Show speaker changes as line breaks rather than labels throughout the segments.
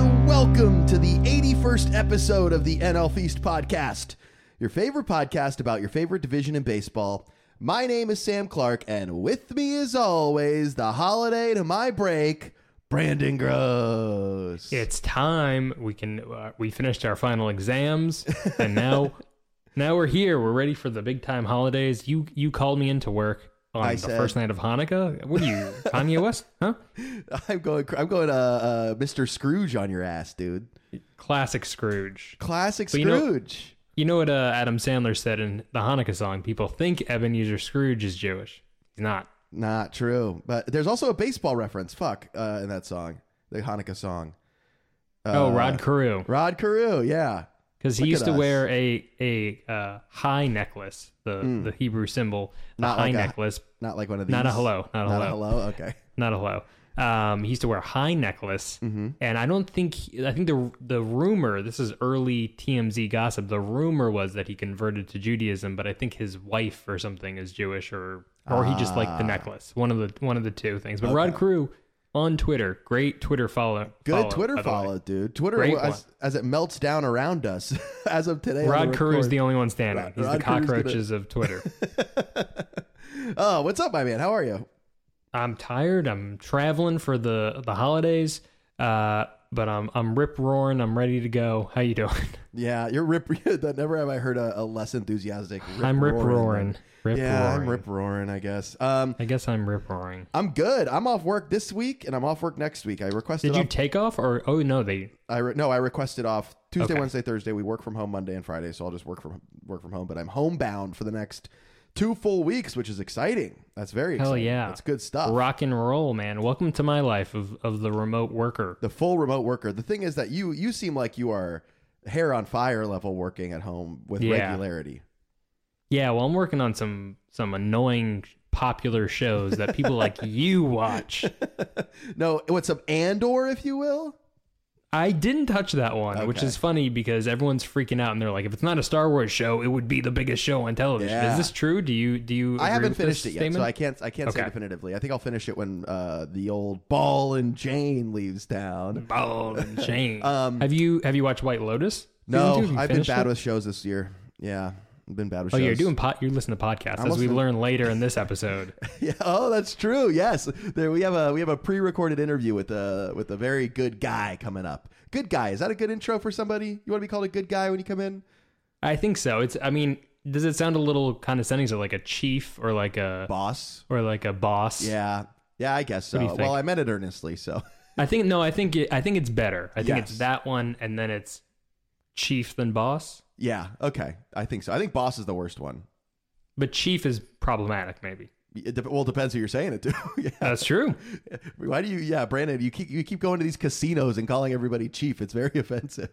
Welcome to the 81st episode of the NL Feast podcast, your favorite podcast about your favorite division in baseball. My name is Sam Clark, and with me, as always, the holiday to my break, Brandon Gross.
It's time. We can. Uh, we finished our final exams, and now, now we're here. We're ready for the big time holidays. You you called me into work on
I
the
said-
first night of Hanukkah. What are you, Kanye West? Huh?
I'm going, I'm going, uh, uh, Mr. Scrooge on your ass, dude.
Classic Scrooge.
Classic
you know-
Scrooge.
You know what uh, Adam Sandler said in the Hanukkah song? People think Ebenezer Scrooge is Jewish. He's not.
Not true. But there's also a baseball reference, fuck, uh, in that song, the Hanukkah song.
oh,
Uh,
Rod Carew,
Rod Carew, yeah.
because
look
he used
at
to
us.
wear a a uh, high necklace, the the Hebrew symbol,
Hmm.
the
Not
high
like a-
necklace,
Not like one of these.
Not a hello, not a
Not a
hello.
hello. Okay.
not a hello. Um, he used to wear a high necklace,
Mm-hmm.
and I don't think I think the the rumor this is early TMZ gossip. The rumor was that he converted to Judaism, but I think his wife or something is Jewish, or or he just liked the
Ah.
necklace. One of the one of the two things. But Rod Crew on Twitter, great Twitter follow.
Good
follow,
Twitter
by the way.
follow, dude. Twitter
Great
as, as it melts down around us as of today. on
Rod
the
Crew is the
record.
only one standing.
Rod-
He's
Rod
the
Carew's gonna-
cockroaches of Twitter.
Oh, what's up, my man? How are you?
I'm tired. I'm traveling for the the holidays, uh, but I'm I'm rip roaring. I'm ready to go. How you doing?
Yeah, you're rip. that never have I heard a, a less enthusiastic. Rip
I'm rip roaring. Rip
Yeah,
roaring.
I'm rip roaring. I guess. Um,
I guess I'm rip roaring.
I'm good. I'm off work this week, and I'm off work next week. I requested.
Did you
off,
take off or oh no they
I re- no, I requested off Tuesday,
Okay.
Wednesday, Thursday. We work from home Monday and Friday, so I'll just work from work from home. But I'm homebound for the next two full weeks, which is exciting. That's very
Hell
exciting.
yeah.
That's good stuff.
rock and roll man? Welcome to my life of of the remote worker.
the full remote worker. The thing is that you you seem like you are hair on fire level working at home with
Yeah.
regularity.
Yeah, well I'm working on some some annoying popular shows that people like you watch.
No, what's up, Andor, if you will?
I didn't touch that one, which
Okay.
is funny because everyone's freaking out and they're like, if it's not a Star Wars show, it would be the biggest show on television.
Yeah.
Is this true? Do you do you?
I
agree
haven't
with this
finished it yet,
statement?
so I can't I can't say
Okay.
definitively. I think I'll finish it when uh, the old Ball and Jane leaves town.
Ball and chain.
Um,
have you have you watched White Lotus?
No,
Season two? Have you
I've been
finished
bad
it?
with shows this year. Yeah, I've been bad with
Oh,
shows.
you're doing pot. You listen to podcasts, as we
listening.
learn later in this episode.
Yeah, oh, that's true. Yes, there we have a we have a pre-recorded interview with a with a very good guy coming up. Good guy is that a good intro for somebody? You want to be called a good guy when you come in?
I think so. It's. I mean, does it sound a little condescending? So, like a chief or like a
Boss.
or like a boss?
Yeah. Yeah, I guess
do
so.
you think?
Well, I meant it earnestly, so
I think no. I think it, I think it's better. I think
Yes.
it's that one, and then it's chief than boss.
yeah, okay. I think so. I think boss is the worst one.
But chief is problematic. Maybe
It dep- well, depends who you're saying it to. yeah.
that's true.
Why do you? Yeah, Brandon, you keep you keep going to these casinos and calling everybody chief. It's very offensive.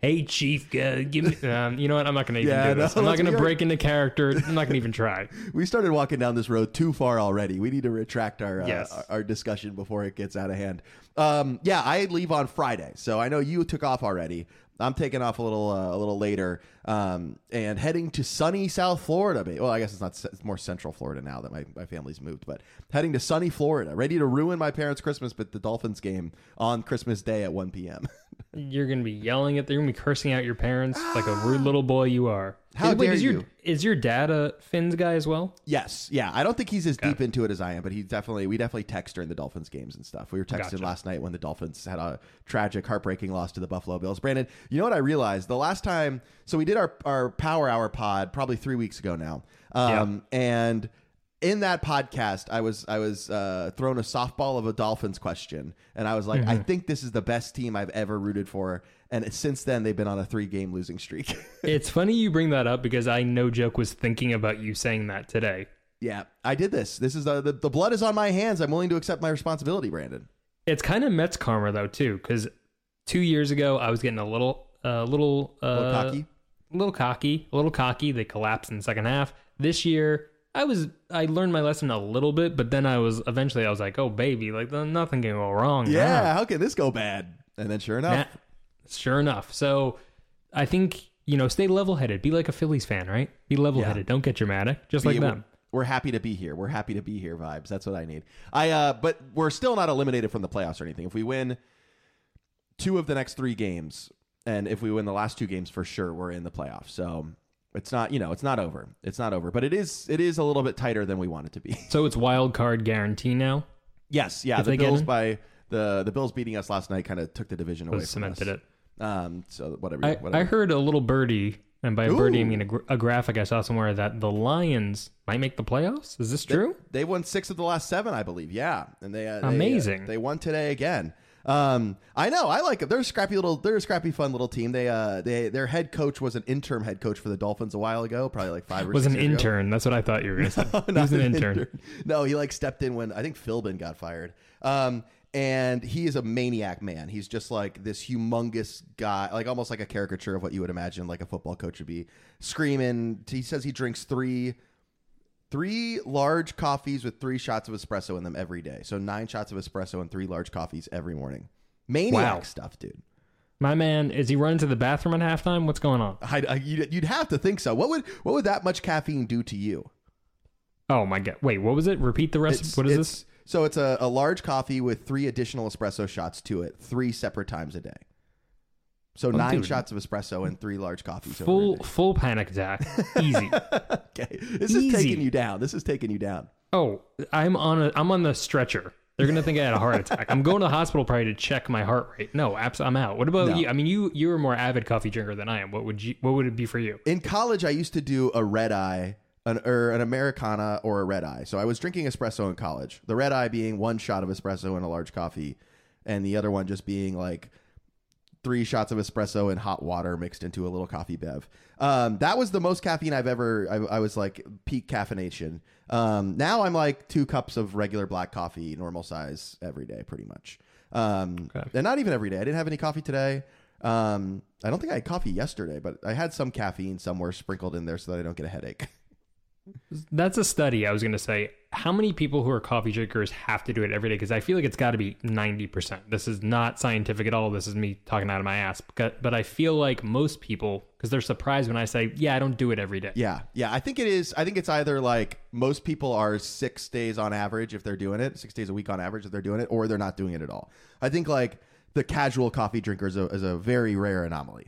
hey, chief, uh, give me. Um, you know what? I'm not gonna even
Yeah,
do this.
no,
I'm not
let's
gonna
be
break into character. I'm not gonna even try.
we started walking down this road too far already. We need to retract our uh,
Yes.
our, our discussion before it gets out of hand. Um, yeah, I leave on Friday, so I know you took off already. I'm taking off a little uh, a little later um, and heading to sunny South Florida. ba- Well, I guess it's not it's more Central Florida now that my, my family's moved, but heading to sunny Florida, ready to ruin my parents' Christmas, but the Dolphins game on Christmas Day at 1 p.m.
You're gonna be yelling at. They're gonna be cursing out your parents like a rude little boy you are.
How
Is- wait,
dare
is
you.
Your, is your dad a Finn's guy as well?
Yes, yeah. I don't think he's as deep into it as I am, but he definitely we definitely text during the Dolphins games and stuff. We were texting
Gotcha.
last night when the Dolphins had a tragic, heartbreaking loss to the Buffalo Bills. Brandon, you know what I realized the last time? So we did our our Power Hour pod probably three weeks ago now, um, and in that podcast, I was I was uh, thrown a softball of a Dolphins question, and I was like, I think this is the best team I've ever rooted for, and since then they've been on a three game losing streak.
It's funny you bring that up because I no joke was thinking about you saying that today.
Yeah, I did this. This is the, the the blood is on my hands. I'm willing to accept my responsibility, Brandon.
It's kind of Mets karma though too, because two years ago I was getting a little, a little, uh,
Little cocky.
little cocky, a little cocky. They collapsed in the second half. This year I was, I learned my lesson a little bit, but then I was eventually I was like, oh baby, like nothing can go wrong. now.
Yeah, how can this go bad? And then sure enough,
Nah, sure enough. So I think you know, stay level headed. Be like a Phillies fan, right? Be level headed. Don't get dramatic, just like
be-
them.
we're happy to be here. We're happy to be here vibes. That's what I need. I uh but we're still not eliminated from the playoffs or anything. If we win two of the next three games, and if we win the last two games for sure, we're in the playoffs. So it's not you know it's not over. It's not over, but it is it is a little bit tighter than we want it to be.
So it's wild card guarantee now.
yes, yeah.
If
The
they get
Bills
in?
by the the Bills beating us last night kind of took the division away.
It
From
cemented
us.
it.
Um. So whatever.
I,
whatever.
I heard a little birdie, and by a birdie I
Ooh.
mean a, gr- a graphic I saw somewhere that the Lions might make the playoffs. Is this true?
They won six of the last seven, I believe. Yeah, and they uh, they, uh,
Amazing.
They, won today again. Um, I know. I like it. They're a scrappy little. They're a scrappy, fun little team. They uh, they their head coach was an interim head coach for the Dolphins a while ago, probably like five or
was
six
an
years ago.
intern. That's what I thought you were going to say. he
Not
was an intern.
No, he like stepped in when I think Philbin got fired. Um, and he is a maniac man. He's just like this humongous guy, like almost like a caricature of what you would imagine like a football coach would be. Screaming. He says he drinks three three large coffees with three shots of espresso in them every day. So nine shots of espresso and three large coffees every morning. Maniac
Wow.
stuff, dude.
My man, is he running to the bathroom at halftime? What's going on?
I, I, you'd, you'd have to think so. What would what would that much caffeine do to you?
Oh my god! Wait, what was it? Repeat the rest.
It's-
what is
it's-
this?
So it's a, a large coffee with three additional espresso shots to it, three separate times a day. So nine
Oh, dude.
shots of espresso and three large coffees. over
Full
a day.
full panic attack. Easy.
Okay, this is
Easy.
taking you down. This is taking you down.
oh, I'm on a I'm on the stretcher. They're gonna think I had a heart attack. I'm going to the hospital probably to check my heart rate. No, abs- I'm out. What about
No.
you? I mean, you you're a more avid coffee drinker than I am. What would you? What would it be for you?
In college, I used to do a red eye, an or an americana or a red eye. So I was drinking espresso in college. The red eye being one shot of espresso and a large coffee, and the other one just being like three shots of espresso and hot water mixed into a little coffee bev. Um, that was the most caffeine I've ever. I, I was like peak caffeination. Um, now I'm like two cups of regular black coffee, normal size, every day, pretty much. Um,
Okay.
And not even every day. I didn't have any coffee today. Um, I don't think I had coffee yesterday, but I had some caffeine somewhere sprinkled in there so that I don't get a headache.
That's a study. I was gonna say how many people who are coffee drinkers have to do it every day because I feel like it's got to be ninety percent. This is not scientific at all. This is me talking out of my ass. But but I feel like most people because they're surprised when I say yeah I don't do it every day.
Yeah, yeah. I think it is. I think it's either like most people are six days on average if they're doing it, six days a week on average if they're doing it, or they're not doing it at all. I think like the casual coffee drinker is a, is a very rare anomaly.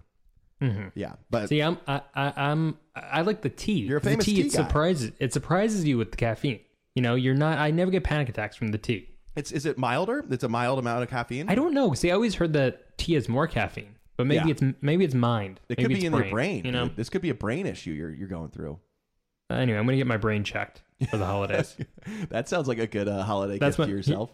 Yeah, but
Mm-hmm. See, I'm I, I, I'm I like the tea. You're
Uh, a famous
the
tea
it
guy.
surprises it surprises you with the caffeine. You know, you're not. I never get panic attacks from the tea.
it's is it milder? It's a mild amount of caffeine.
I don't know. See, I always heard that tea has more caffeine, but maybe
Yeah.
it's maybe it's mind.
it
maybe
could
it's
be in
brain,
your brain.
You know.
dude. this could be a brain issue you're you're going through.
Anyway, I'm gonna get my brain checked for the holidays.
that sounds like a good uh, holiday
That's
gift
what-
to yourself.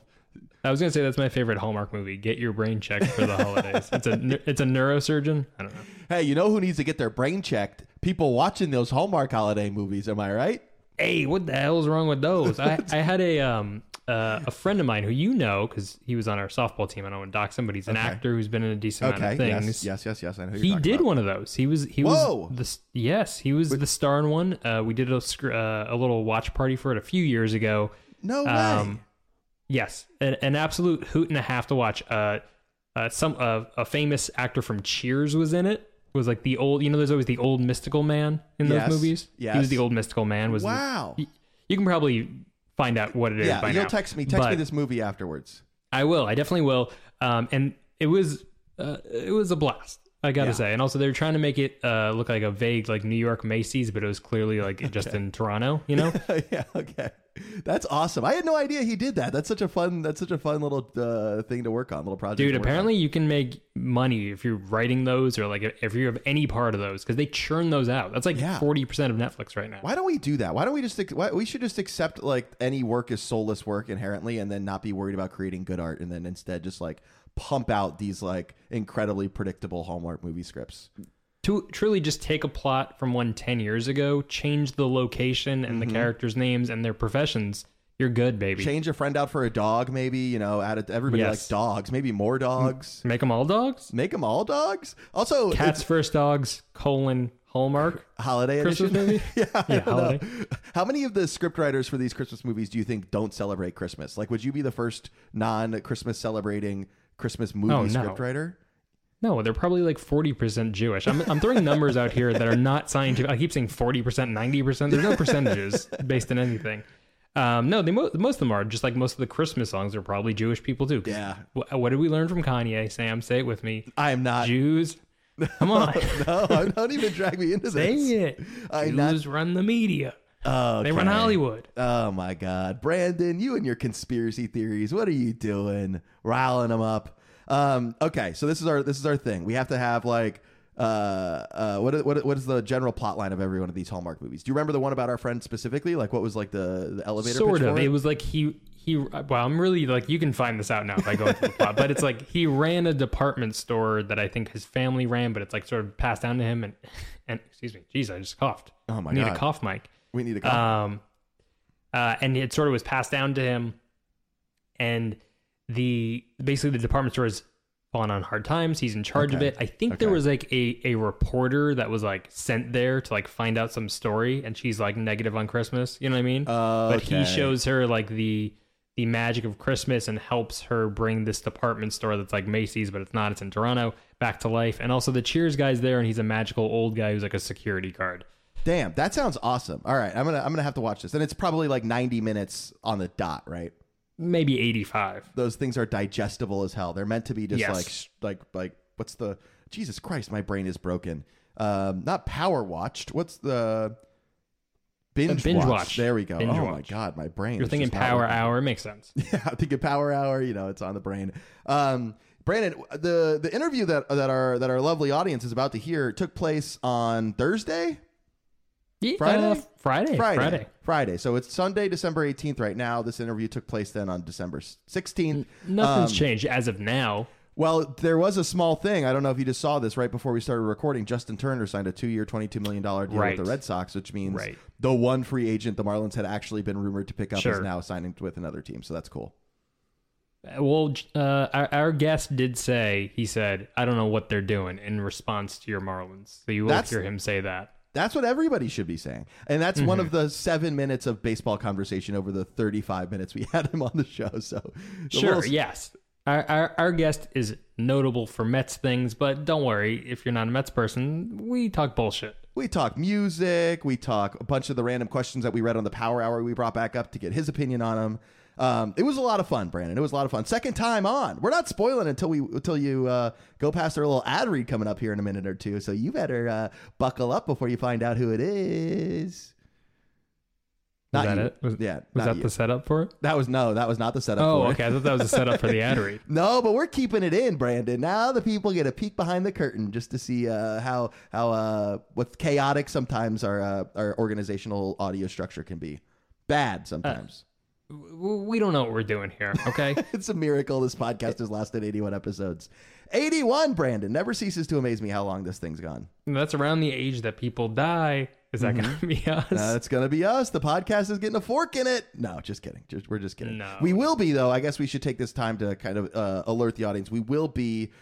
I was gonna say that's my favorite Hallmark movie. Get your brain checked for the holidays. it's a neu- it's a neurosurgeon. I don't know.
Hey, you know who needs to get their brain checked? People watching those Hallmark holiday movies. Am I right?
hey, what the hell's wrong with those? I, I had a um uh, a friend of mine who you know because he was on our softball team. I don't want to dock somebody. He's an actor who's been in a decent
Okay.
amount of
Yes.
things.
Yes. Yes. Yes. I know. Who
He
you're talking
did
about.
one of those. He was he
Whoa.
was the s- yes he was the star in one. Uh, we did a scr- uh, a little watch party for it a few years ago.
No way.
Um, yes, an, an absolute hoot and a half to watch. Uh, uh, some uh, a famous actor from Cheers was in it. Was like the old, you know. There's always the old mystical man in those
Yes,
movies. he
yes.
was the old mystical man. Was
Wow.
y- you can probably find out what it is
Yeah,
by
you'll
now.
text me. Text me
But-
this movie afterwards.
I will. I definitely will. Um, and it was uh, it was a blast. I gotta
Yeah.
say. And also, they were trying to make it uh, look like a vague like New York Macy's, but it was clearly like just in Toronto. You know.
yeah, okay. That's awesome. I had no idea he did that. That's such a fun. That's such a fun little uh, thing to work on. Little project.
Dude,
to work on.
apparently you can make money if you're writing those or like if you have any part of those because they churn those out. That's like
Yeah.
40% of Netflix right now.
Why don't we do that? Why don't we just? ac- Why, we should just accept like any work is soulless work inherently, and then not be worried about creating good art, and then instead just like pump out these like incredibly predictable Hallmark movie scripts.
To truly just take a plot from one 10 years ago, change the location and
Mm-hmm.
the characters' names and their professions, you're good, baby. Make 'em
Change a friend out for a dog, maybe. You know, add it. Everybody
Yes.
likes dogs. Maybe more dogs.
Make them all dogs?
Make them all dogs. Also,
Cats first dogs, colon, Hallmark.
holiday
Christmas
edition.
movie?
yeah, I
Yeah,
don't know.
holiday.
How many of the script writers for these Christmas movies do you think don't celebrate Christmas? Like, would you be the first non-Christmas celebrating Christmas movie
Oh, no.
script writer?
No, they're probably like 40% Jewish. I'm, I'm throwing numbers out here that are not scientific. I keep saying 40%, 90%. There's no percentages based on anything. Um, no, they mo- most of them are just like most of the Christmas songs are probably Jewish people too. 'Cause
Yeah.
wh- what did we learn from Kanye? Sam, say it with me.
I am not.
Jews, come on,
no, don't even drag me into
say
this.
it.
I'm not-
Jews run the media.
Oh,
They run
okay.
Hollywood.
Oh my God, Brandon, you and your conspiracy theories. What are you doing? Riling them up. Um, okay, so this is our this is our thing. We have to have like uh, uh, what what what is the general plot line of every one of these Hallmark movies? Do you remember the one about our friend specifically? Like what was like the, the elevator?
Sort
pitch
of.
for
It?
it?
was like he he. Well, I'm really like you can find this out now if I go into the plot, but it's like he ran a department store that I think his family ran, but it's like sort of passed down to him. And and excuse me, jeez, I just coughed.
Oh my
need
God.
a cough mic.
We need to. Call.
Um, uh, and it sort of was passed down to him, and the basically the department store has fallen on hard times. He's in charge
Okay.
of it. I think there
Okay.
was like a a reporter that was like sent there to like find out some story, and she's like negative on Christmas. You know what I mean? But
Okay.
he shows her like the the magic of Christmas and helps her bring this department store that's like Macy's, but it's not. It's in Toronto back to life. And also the Cheers guy's there, and he's a magical old guy who's like a security guard.
Damn, that sounds awesome. All right, I'm gonna I'm gonna have to watch this, and it's probably like 90 minutes on the dot, right?
Maybe eighty five.
Those things are digestible as hell. They're meant to be just
Yes.
like sh- like like what's the Jesus Christ? My brain is broken. Um, not power watched. What's the binge,
binge
watch.
watch.
There we go.
Binge
oh my
watch.
god, my brain.
You're
is
thinking
just not
power
working.
hour makes sense.
Yeah, I'm thinking power hour. You know, it's on the brain. Um, Brandon, the the interview that that our that our lovely audience is about to hear took place on Thursday. Friday?
Uh, Friday, Friday,
Friday. Friday. So it's Sunday, December 18th right now. This interview took place then on December 16th.
Mm.
Um,
Nothing's changed as of now.
Well, there was a small thing. I don't know if you just saw this right before we started recording. Justin Turner signed a two year, $22 million deal
Right.
with the Red Sox, which means
Right.
the one free agent the Marlins had actually been rumored to pick up is
Sure.
now signing with another team. So that's cool.
Uh, Well, j- uh, our, our guest did say he said, "I don't know what they're doing" in response to your Marlins. So you will
That's-
hear him say that.
That's what everybody should be saying. And that's
Mm-hmm.
one of the seven minutes of baseball conversation over the 35 minutes we had him on the show. So the
Sure,
little-
yes. Our, our our guest is notable for Mets things, but don't worry if you're not a Mets person. We talk bullshit.
We talk music. We talk a bunch of the random questions that we read on the Power Hour. We brought back up to get his opinion on them. Um, it was a lot of fun, Brandon. It was a lot of fun. Second time on. We're not spoiling until we until you uh, go past our little ad read coming up here in a minute or two. So you better uh, buckle up before you find out who it is.
Was that
you.
it? Was,
yeah,
was
not
that
you.
the setup for it?
that was no, that was not the setup.
Oh,
for it.
okay. I thought that was the setup for the ad read.
No, but we're keeping it in, Brandon. Now the people get a peek behind the curtain just to see uh, how how uh, what's chaotic sometimes our uh, our organizational audio structure can be. Bad sometimes.
W- We don't know what we're doing here. Okay.
it's a miracle this podcast has lasted 81 episodes. 81, Brandon. Never ceases to amaze me how long this thing's gone.
That's around the age that people die. Is that going to be us?
Uh, it's going to be us. The podcast is getting a fork in it. No, just kidding. Just, we're just kidding.
No.
We will be, though. I guess we should take this time to kind of uh, alert the audience. We will be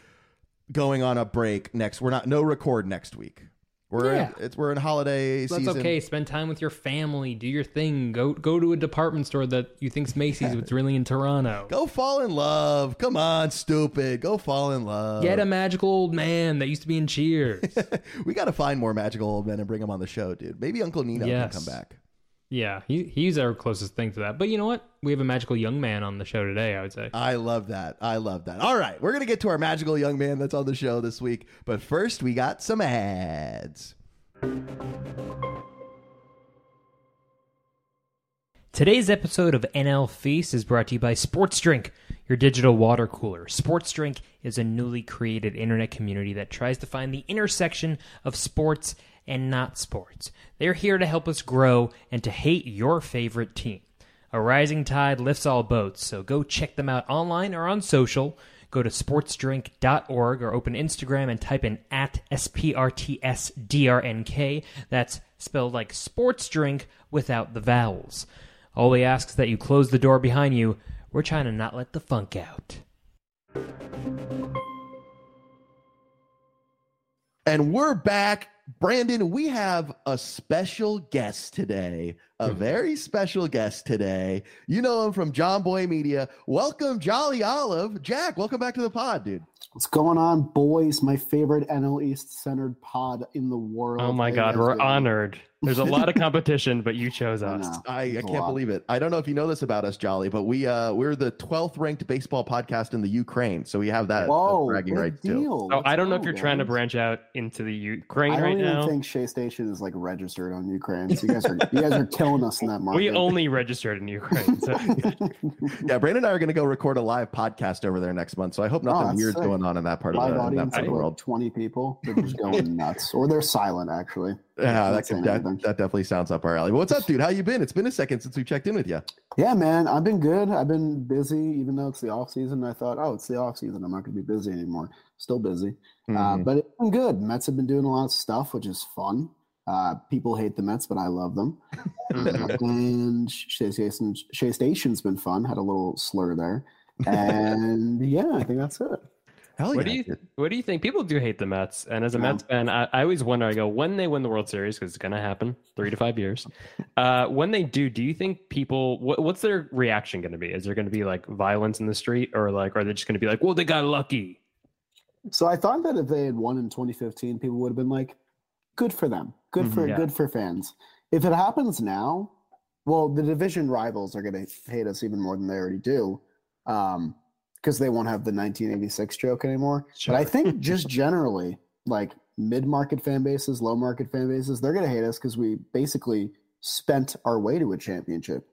going on a break next. We're not, no record next week. We're,
Yeah.
in, it's, we're in holiday
That's
season.
okay. Spend time with your family. Do your thing. Go go to a department store that you think's Macy's, but it's really in Toronto.
Go fall in love. Come on, stupid. Go fall in love.
Get a magical old man that used to be in Cheers.
We got to find more magical old men and bring them on the show, dude. Maybe Uncle Nino
Yes.
can come back.
yeah, he, he's our closest thing to that. But you know what? We have a magical young man on the show today. I would say.
I love that. I love that. All right, we're going to get to our magical young man that's on the show this week. But first, we got some ads.
Today's episode of NL Feast is brought to you by Sports Drink, your digital water cooler. Sports Drink is a newly created internet community that tries to find the intersection of sports and not sports. They're here to help us grow and to hate your favorite team. A rising tide lifts all boats, so go check them out online or on social. Go to sportsdrink.org or open Instagram and type in at SPRTSDRNK. That's spelled like sports drink without the vowels. All we ask is that you close the door behind you. We're trying to not let the funk out.
And we're back Brandon, we have a special guest today,
Hmm.
a very special guest today. You know him from John Boy Media. Welcome, Jolly Olive. Jack, welcome back to the pod, dude.
What's going on, boys? My favorite NL East centered pod in the world.
Oh my
Hey,
God,
guys,
we're
good.
honored. There's a lot of competition, but you chose
I
us.
know.
I, I
It's a
can't
lot.
believe it. I don't know if you know this about us, Jolly, but we uh we're the twelfth ranked baseball podcast in the Ukraine. So we have that
Whoa,
bragging
big
rights too.
deal.
So
Let's
Oh, I don't know
go,
if you're trying to
guys.
branch out into the Ukraine
I don't
right
even
now.
think Shea Station is like registered on Ukraine. So you guys are you guys are killing us in that market.
We only registered in Ukraine. So
Yeah, Brandon and I are going to go record a live podcast over there next month. So I hope
Oh,
nothing
that's
weird's
sick.
going on in that part
live
of the, that
audience
part
of
of the
like
world.
twenty people. They're just going nuts, or they're silent actually.
Yeah, that,
That's
could,
saying
that,
anything.
that definitely sounds up our alley. Well, what's up, dude? How you been? It's been a second since we checked in with you.
Yeah, man, I've been good. I've been busy, even though it's the off season. I thought, oh, it's the off season. I'm not going to be busy anymore. Still busy,
Um,
uh, but it's been good. Mets have been doing a lot of stuff, which is fun. Uh, people hate the Mets, but I love them.
Mm.
Uh, and Shea, Station, Shea Station's been fun. Had a little slur there, and yeah, I think that's it.
Hell yeah.
what do you
dude.
what do you think? People do hate the Mets, and as a
Yeah.
Mets fan, I, I always wonder. I go, when they win the World Series, because it's gonna happen, three to five years. Uh, when they do, do you think people? What, what's their reaction gonna be? Is there gonna be like violence in the street, or like, are they just gonna be like, well, they got lucky?
So I thought that if they had won in 2015, people would have been like, "Good for them. Good for
Mhm. Yeah.
good for fans." If it happens now, well, the division rivals are going to hate us even more than they already do, because um, they won't have the 1986 joke anymore. But I think just generally, like mid-market fan bases, low-market fan bases, they're going to hate us because we basically spent our way to a championship.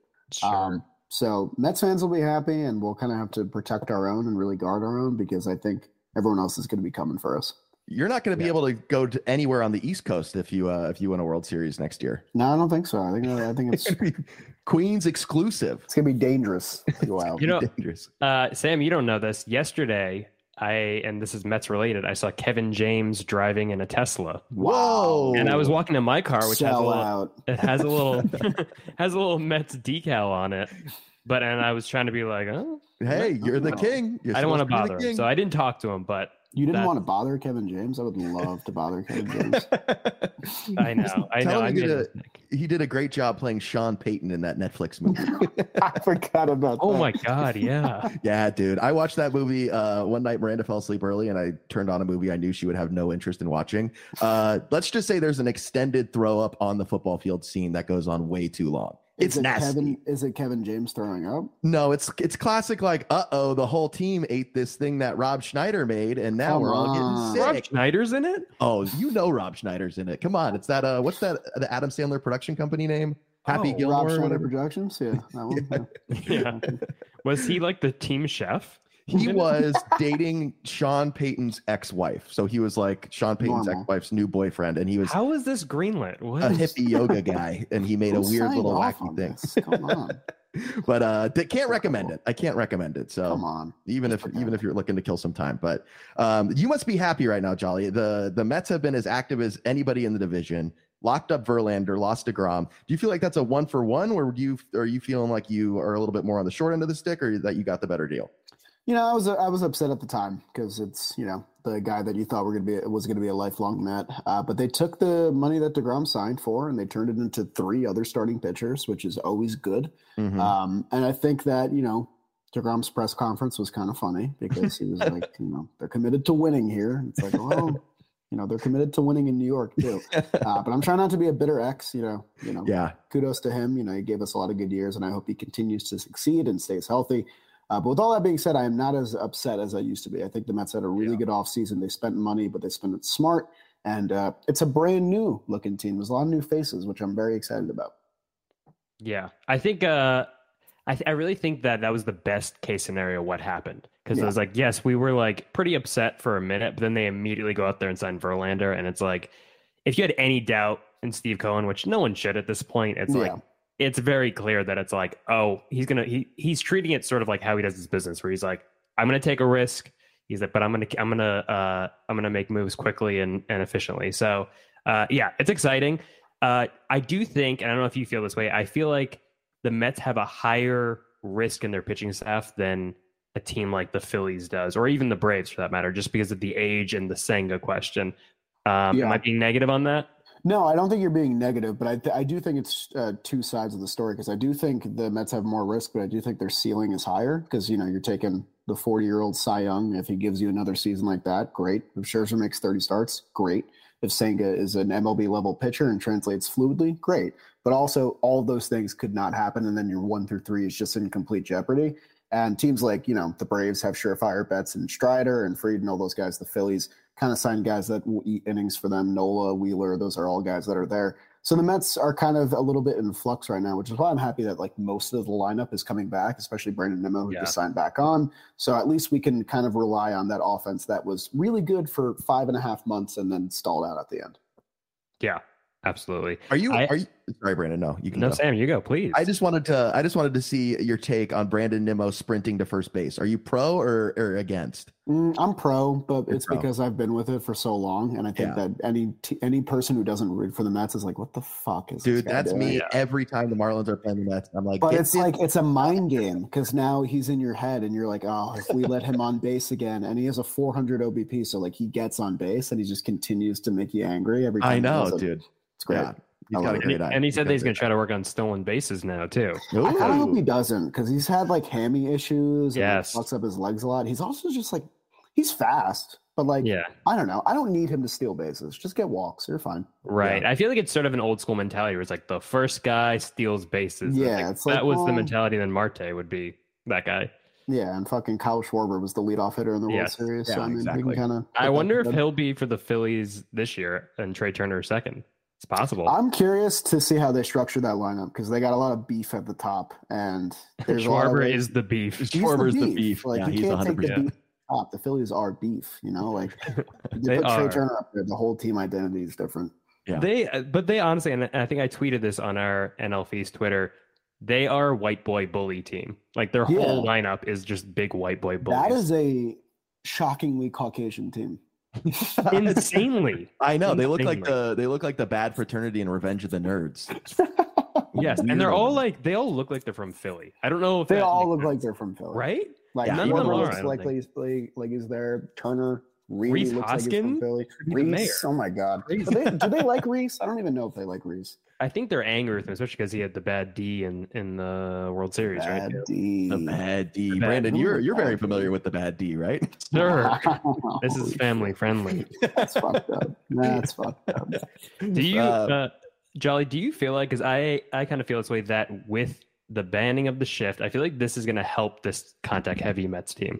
Um, so Mets fans will be happy, and we'll kind of have to protect our own and really guard our own because I think everyone else is going to be coming for us.
You're not going to be
Yeah.
able to go to anywhere on the East Coast if you uh, if you win a World Series next year.
No, I don't think so. I think I think it's it's
Queens exclusive.
going to be dangerous to go out.
You know-
dangerous.
Uh, Sam, you don't know this. Yesterday, I and this is Mets related. I saw Kevin James driving in a Tesla,
Whoa.
and I was walking to my car, which has a
sell
little,
out.
it has a little has a little Mets decal on it. But and I was trying to be like, oh,
Hey, you're the
No.
king. You're
I don't want to
supposed be the
bother him,
king.
so I didn't talk to him. But
You didn't
That-
want to bother Kevin James. I would love to bother Kevin James.
I know, I
Tell him
know, I
you
made a
did
mistake.
he did a great job playing Sean Payton in that Netflix movie.
I forgot about.
Oh
that.
my god, yeah.
yeah, dude. I watched that movie uh, one night. Miranda fell asleep early, and I turned on a movie I knew she would have no interest in watching. Uh, let's just say there's an extended throw up on the football field scene that goes on way too long.
Is
It's
it
nasty.
Kevin, is it Kevin James throwing up?
No, it's it's classic. Like, uh oh, the whole team ate this thing that Rob Schneider made, and now
Come
we're all
on.
getting
Rob
sick.
Schneider's in it.
Oh, you know Rob Schneider's in it. Come on, it's that. Uh, what's that? The Adam Sandler production company name? Happy
Oh,
Gilmore,
Rob
or
Schneider
whatever.
Productions. Yeah, that one. yeah.
Yeah. Was he like the team chef?
He was dating Sean Payton's ex-wife, so he was like Sean Payton's
Normal.
ex-wife's new boyfriend, and he was
How is this greenlit? What?
a
is-
hippie yoga guy, and he made
Who
a weird
signed
little
off
wacky
on
thing.
this? Come on,
But uh, d- can't recommend it. I can't recommend it. So
come on.
even if
Okay.
even if you're looking to kill some time. But um, you must be happy right now, Jolly. The the Mets have been as active as anybody in the division. Locked up Verlander, lost Degrom. Do you feel like that's a one for one, or do you are you feeling like you are a little bit more on the short end of the stick, or that you got the better deal?
You know, I was I was upset at the time because it's you know the guy that you thought were gonna be was gonna be a lifelong Met, uh, but they took the money that Degrom signed for and they turned it into three other starting pitchers, which is always good.
Mm-hmm. Hmm.
Um, and I think that you know Degrom's press conference was kind of funny because he was like, you know, they're committed to winning here. It's like, well, you know, they're committed to winning in New York too. Uh, but I'm trying not to be a bitter ex. You know, you know,
yeah,
kudos to him. You know, he gave us a lot of good years, and I hope he continues to succeed and stays healthy. Uh, but with all that being said, I am not as upset as I used to be. I think the Mets had a really good offseason. They spent money, but they spent it smart. And uh, it's a brand new looking team. There's a lot of new faces, which I'm very excited about.
Yeah, I think uh, I th- I really think that that was the best case scenario. What happened? Because
Yeah.
it was like, yes, we were like pretty upset for a minute, but then they immediately go out there and sign Verlander, and it's like, if you had any doubt in Steve Cohen, which no one should at this point, it's like
Yeah.
it's very clear that it's like, oh, he's gonna he he's treating it sort of like how he does his business, where he's like, I'm gonna take a risk. He's like, but I'm gonna I'm gonna uh, I'm gonna make moves quickly and and efficiently. So uh, yeah, it's exciting. Uh, I do think, and I don't know if you feel this way, I feel like the Mets have a higher risk in their pitching staff than a team like the Phillies does, or even the Braves for that matter, just because of the age and the Senga question. Um,
Yeah.
Am I being negative on that?
No, I don't think you're being negative, but I, th- I do think it's uh, two sides of the story because I do think the Mets have more risk, but I do think their ceiling is higher because you know you're taking the 40 year old Cy Young. If he gives you another season like that, great. If Scherzer makes 30 starts, great. If Senga is an MLB level pitcher and translates fluidly, great. But also, all of those things could not happen, and then your one through three is just in complete jeopardy. And teams like you know the Braves have surefire bets and Strider and Freed and all those guys. The Phillies kind of sign guys that will eat innings for them. Nola, Wheeler, those are all guys that are there. So the Mets are kind of a little bit in flux right now, which is why I'm happy that like most of the lineup is coming back, especially Brandon Nimmo, who
Yeah.
just signed back on. So at least we can kind of rely on that offense that was really good for five and a half months and then stalled out at the end.
Absolutely.
Are you?
I-
are you? Sorry, Brandon. No, you can
No,
go.
Sam, you go, please.
I just wanted to. I just wanted to see your take on Brandon Nimmo sprinting to first base. Are you pro or, or against?
Mm, I'm pro, but
You're
it's
pro.
because I've been with it for so long, and I think
Yeah.
that any t- any person who doesn't root for the Mets is like, what the fuck is this
Dude,
guy
that's
doing?"
me every time the Marlins are playing the Mets. I'm like,
But
get
it's
the-
like it's a mind game because now he's in your head and you're like, oh, if we let him on base again, and he has a 400 OBP, so like he gets on base and he just continues to make you angry every time.
I
he
know,
does it.
dude.
It's great.
Yeah,
I
he's
love
got a
it.
and, he,
great eye.
and he
He's
said
got
that he's
a great
going to try to work on stolen bases now too.
I kind of hope he
Ooh.
doesn't because he's had like hammy issues. and
Yes.
he fucks up his legs a lot. He's also just like he's fast, but like
Yeah,
I don't know. I don't need him to steal bases. Just get walks. You're fine.
right. I feel like it's sort of an old school mentality where it's like the first guy steals bases.
Yeah,
it's
it's
like,
like,
that was the
well-
mentality. Then Marte would be that guy.
Yeah, and fucking Kyle Schwarber was the leadoff hitter in the World
Yes.
Series. so
Yeah,
I mean,
exactly.
we can kind of.
I wonder if he'll be for the Phillies this year and Trey Turner second. It's possible.
I'm curious to see how they structure that lineup because they got a lot of beef at the top, and there's a lot of
Schwarber
ways-
is the beef.
He's
Schwarber's the beef.
Like
Yeah,
you
he's
can't take
100%.
the beef top. The Phillies are beef. You know, like they
They
put Trey
are.
Turner up there. The whole team identity is different.
Yeah.
They, uh, but they honestly, and I think I tweeted this on our NL Feast Twitter. They are white boy bully team. Like their whole
Yeah.
lineup is just big white boy bullies.
That is a shockingly Caucasian team.
insanely.
I know they look like
insanely.
the they look like the bad fraternity in Revenge of the Nerds.
yes, and they're all like they all look like they're from Philly. I don't know if
They
that
all
makes
look like
sense.
they're from Philly,
right.
Like
Yeah,
yeah,
none of them are,
I
looks
don't
like,
think.
he's- like like he's there. Turner really
Reese
looks like he's
Hoskins?
from Philly.
be the mayor.
Reese, oh my god, do
Reese.
they, do they like Reese? I don't even know if they like Reese.
I think they're angry with him, especially because he had the bad D in in the World Series, right?
Bad
Yeah.
D.
The bad D.
bad-
Brandon, you're you're very
Bad D.
familiar with the bad D, right?
Sir, this is family friendly.
That's fucked up. That's fucked up.
Do you,
Uh,
uh, Jolly? Do you feel like? Because I, I kind of feel this way that with the banning of the shift, I feel like this is going to help this contact heavy Mets team,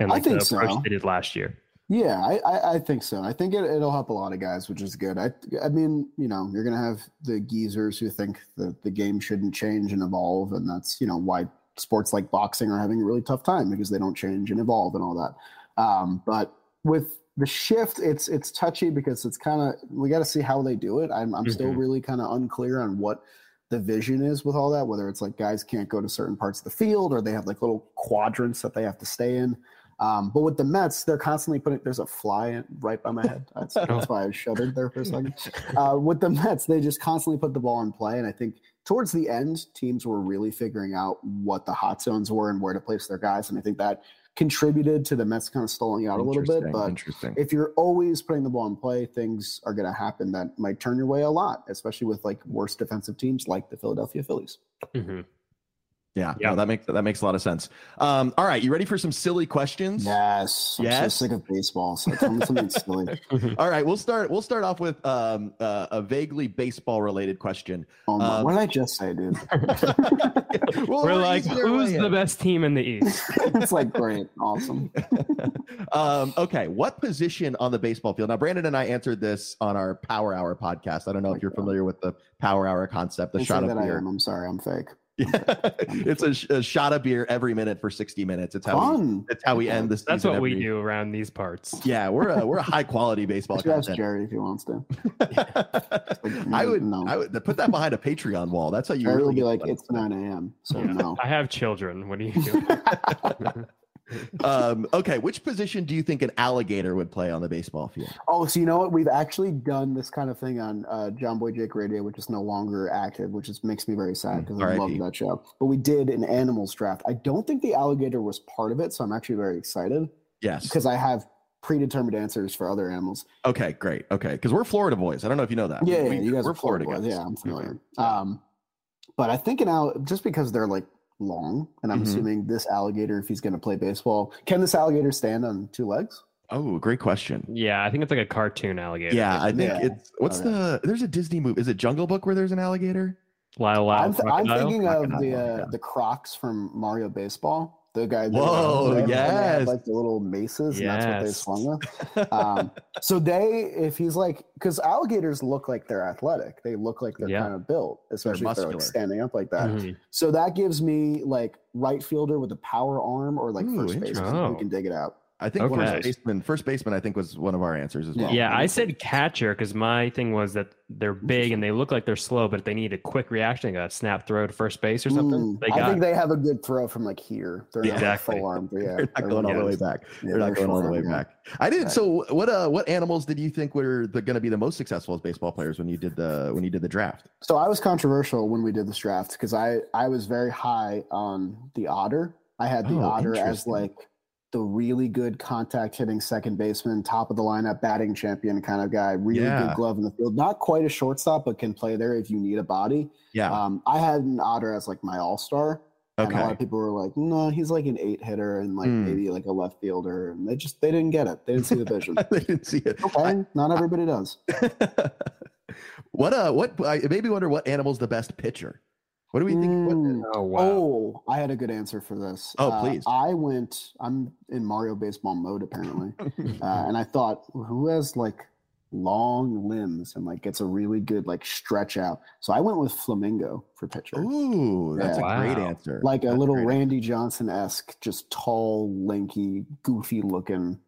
and
I
like
think
the approach
so.
they did last year.
Yeah, I, I, I think so. I think it, it'll help a lot of guys, which is good. I I mean, you know, you're gonna have the geezers who think that the game shouldn't change and evolve, and that's you know why sports like boxing are having a really tough time because they don't change and evolve and all that. Um, but with the shift, it's it's touchy because it's kind of we got to see how they do it. I'm I'm still
Mhm.
really kind of unclear on what the vision is with all that. Whether it's like guys can't go to certain parts of the field or they have like little quadrants that they have to stay in. Um, but with the Mets, they're constantly putting. There's a fly in- right by my head. That's, that's why I shuddered there for a second. Uh, with the Mets, they just constantly put the ball in play, and I think towards the end, teams were really figuring out what the hot zones were and where to place their guys, and I think that contributed to the Mets kind of stalling out a little bit.
Interesting,
But
interesting.
if you're always putting the ball in play, things are going to happen that might turn your way a lot, especially with like worse defensive teams like the Philadelphia Phillies.
Mhm.
yeah,
Yeah.
No, that makes that makes a lot of sense. Um, all right, you ready for some silly questions?
Yes, I'm
Yes.
so sick of baseball. So tell me something silly.
All right, we'll start we'll start off with um, uh, a vaguely baseball related question.
Oh my,
Um,
what did I just say, dude?
Well,
We're
we'll
like,
ease their
who's
way
the
in.
best team in the East?
it's like great, awesome.
um, okay, what position on the baseball field? Now, Brandon and I answered this on our Power Hour podcast. I don't
Oh
know if you're familiar with the Power Hour concept, the
Don't say
shot of
that I
beer.
am. I'm sorry, I'm fake.
it's a, sh- a shot of beer every minute for 60 minutes. It's how we,
Fun.
it's how we end this.
That's what we do around these parts.
Yeah, we're a we're a high quality baseball
Should ask
content.
Jerry if he wants to.
I would
No.
I would put that behind a Patreon wall. That's how you
Jerry will
really
be
get
like,
money.
it's 9 a.m. So
Yeah.
no.
I have children. What do you do?
um, okay, which position do you think an alligator would play on the baseball field?
Oh, so you know what? We've actually done this kind of thing on uh, John Boy Jake Radio, which is no longer active, which is, makes me very
Mm,
sad because I
RIP.
love that show. But we did an animals draft. I don't think the alligator was part of it, so I'm actually very excited
Yes.
because I have predetermined answers for other animals.
Okay, great. Okay, because we're Florida boys. I don't know if you know that.
Yeah,
we,
yeah, you guys
we're
are
Florida,
boys.
guys. Mm-hmm.
Yeah, I'm familiar. Um, but I think now, just because they're like long, and I'm
Mhm.
assuming this alligator, if he's going to play baseball, can this alligator stand on two legs?
Oh, great question.
Yeah, I think it's like a cartoon alligator.
Yeah, I think
Yeah.
it's what's
Okay.
the there's a Disney movie. Is it Jungle Book where there's an alligator?
Lyle, Lyle,
I'm, th- I'm
crocodile?
thinking of the
crocodile,
uh,
yeah.
the Crocs from Mario Baseball. The guy. that-
Whoa,
and they had,
yes.
Like the little maces, and that's what they
Yes.
swung with. um, so they, if he's like, because alligators look like they're athletic. They look like they're
Yeah.
kind of built, especially if they're
muscular. Mm-hmm.
like standing up like that.
Mhm.
So that gives me like right fielder with a power arm or like
Ooh,
first baseman
interesting.
who can dig it out.
I think
Okay.
first baseman. First baseman. I think was one of our answers as
Oh,
well.
Yeah, I said catcher because my thing was that they're big and they look like they're slow, but if they need a quick reaction, like a snap throw to first base or something,
Mm,
they
I
got
think
it.
they have a good throw from like here. They're not like
Exactly.
full arm. but Yeah,
They're not going all the way back.
Yeah,
They're not
they're
going all the way
short, yeah.
back. I didn't.
Right.
So what? Uh, what animals did you think were the, going to be the most successful as baseball players when you did the when you did the draft?
So I was controversial when we did this draft because I I was very high on the otter. I had the
Oh,
otter as
interesting.
like the really good contact hitting second baseman, top of the lineup batting champion kind of guy, really
Yeah.
good glove in the field. Not quite a shortstop, but can play there if you need a body.
Yeah.
Um, I had an otter as like my all star. And a lot
okay.
of people were like, no, he's like an eight hitter and like
Hmm.
maybe like a left fielder. And they just, they didn't get it. They didn't see the vision.
I didn't see it.
okay. not everybody does.
what? Uh, what? I, it made me wonder what animal's the best pitcher. What do we think? what-
Mm.
Oh wow!
Oh, I had a good answer for this.
Oh,
Uh,
please.
I went, I'm in Mario baseball mode apparently. uh, and I thought, who has like long limbs and like gets a really good like stretch out? So I went with Flamingo for pitcher.
Ooh, that's
Yeah.
a great
Wow.
answer.
Mm. Like a
That's
little
great.
Randy Johnson esque, just tall, lanky, goofy looking.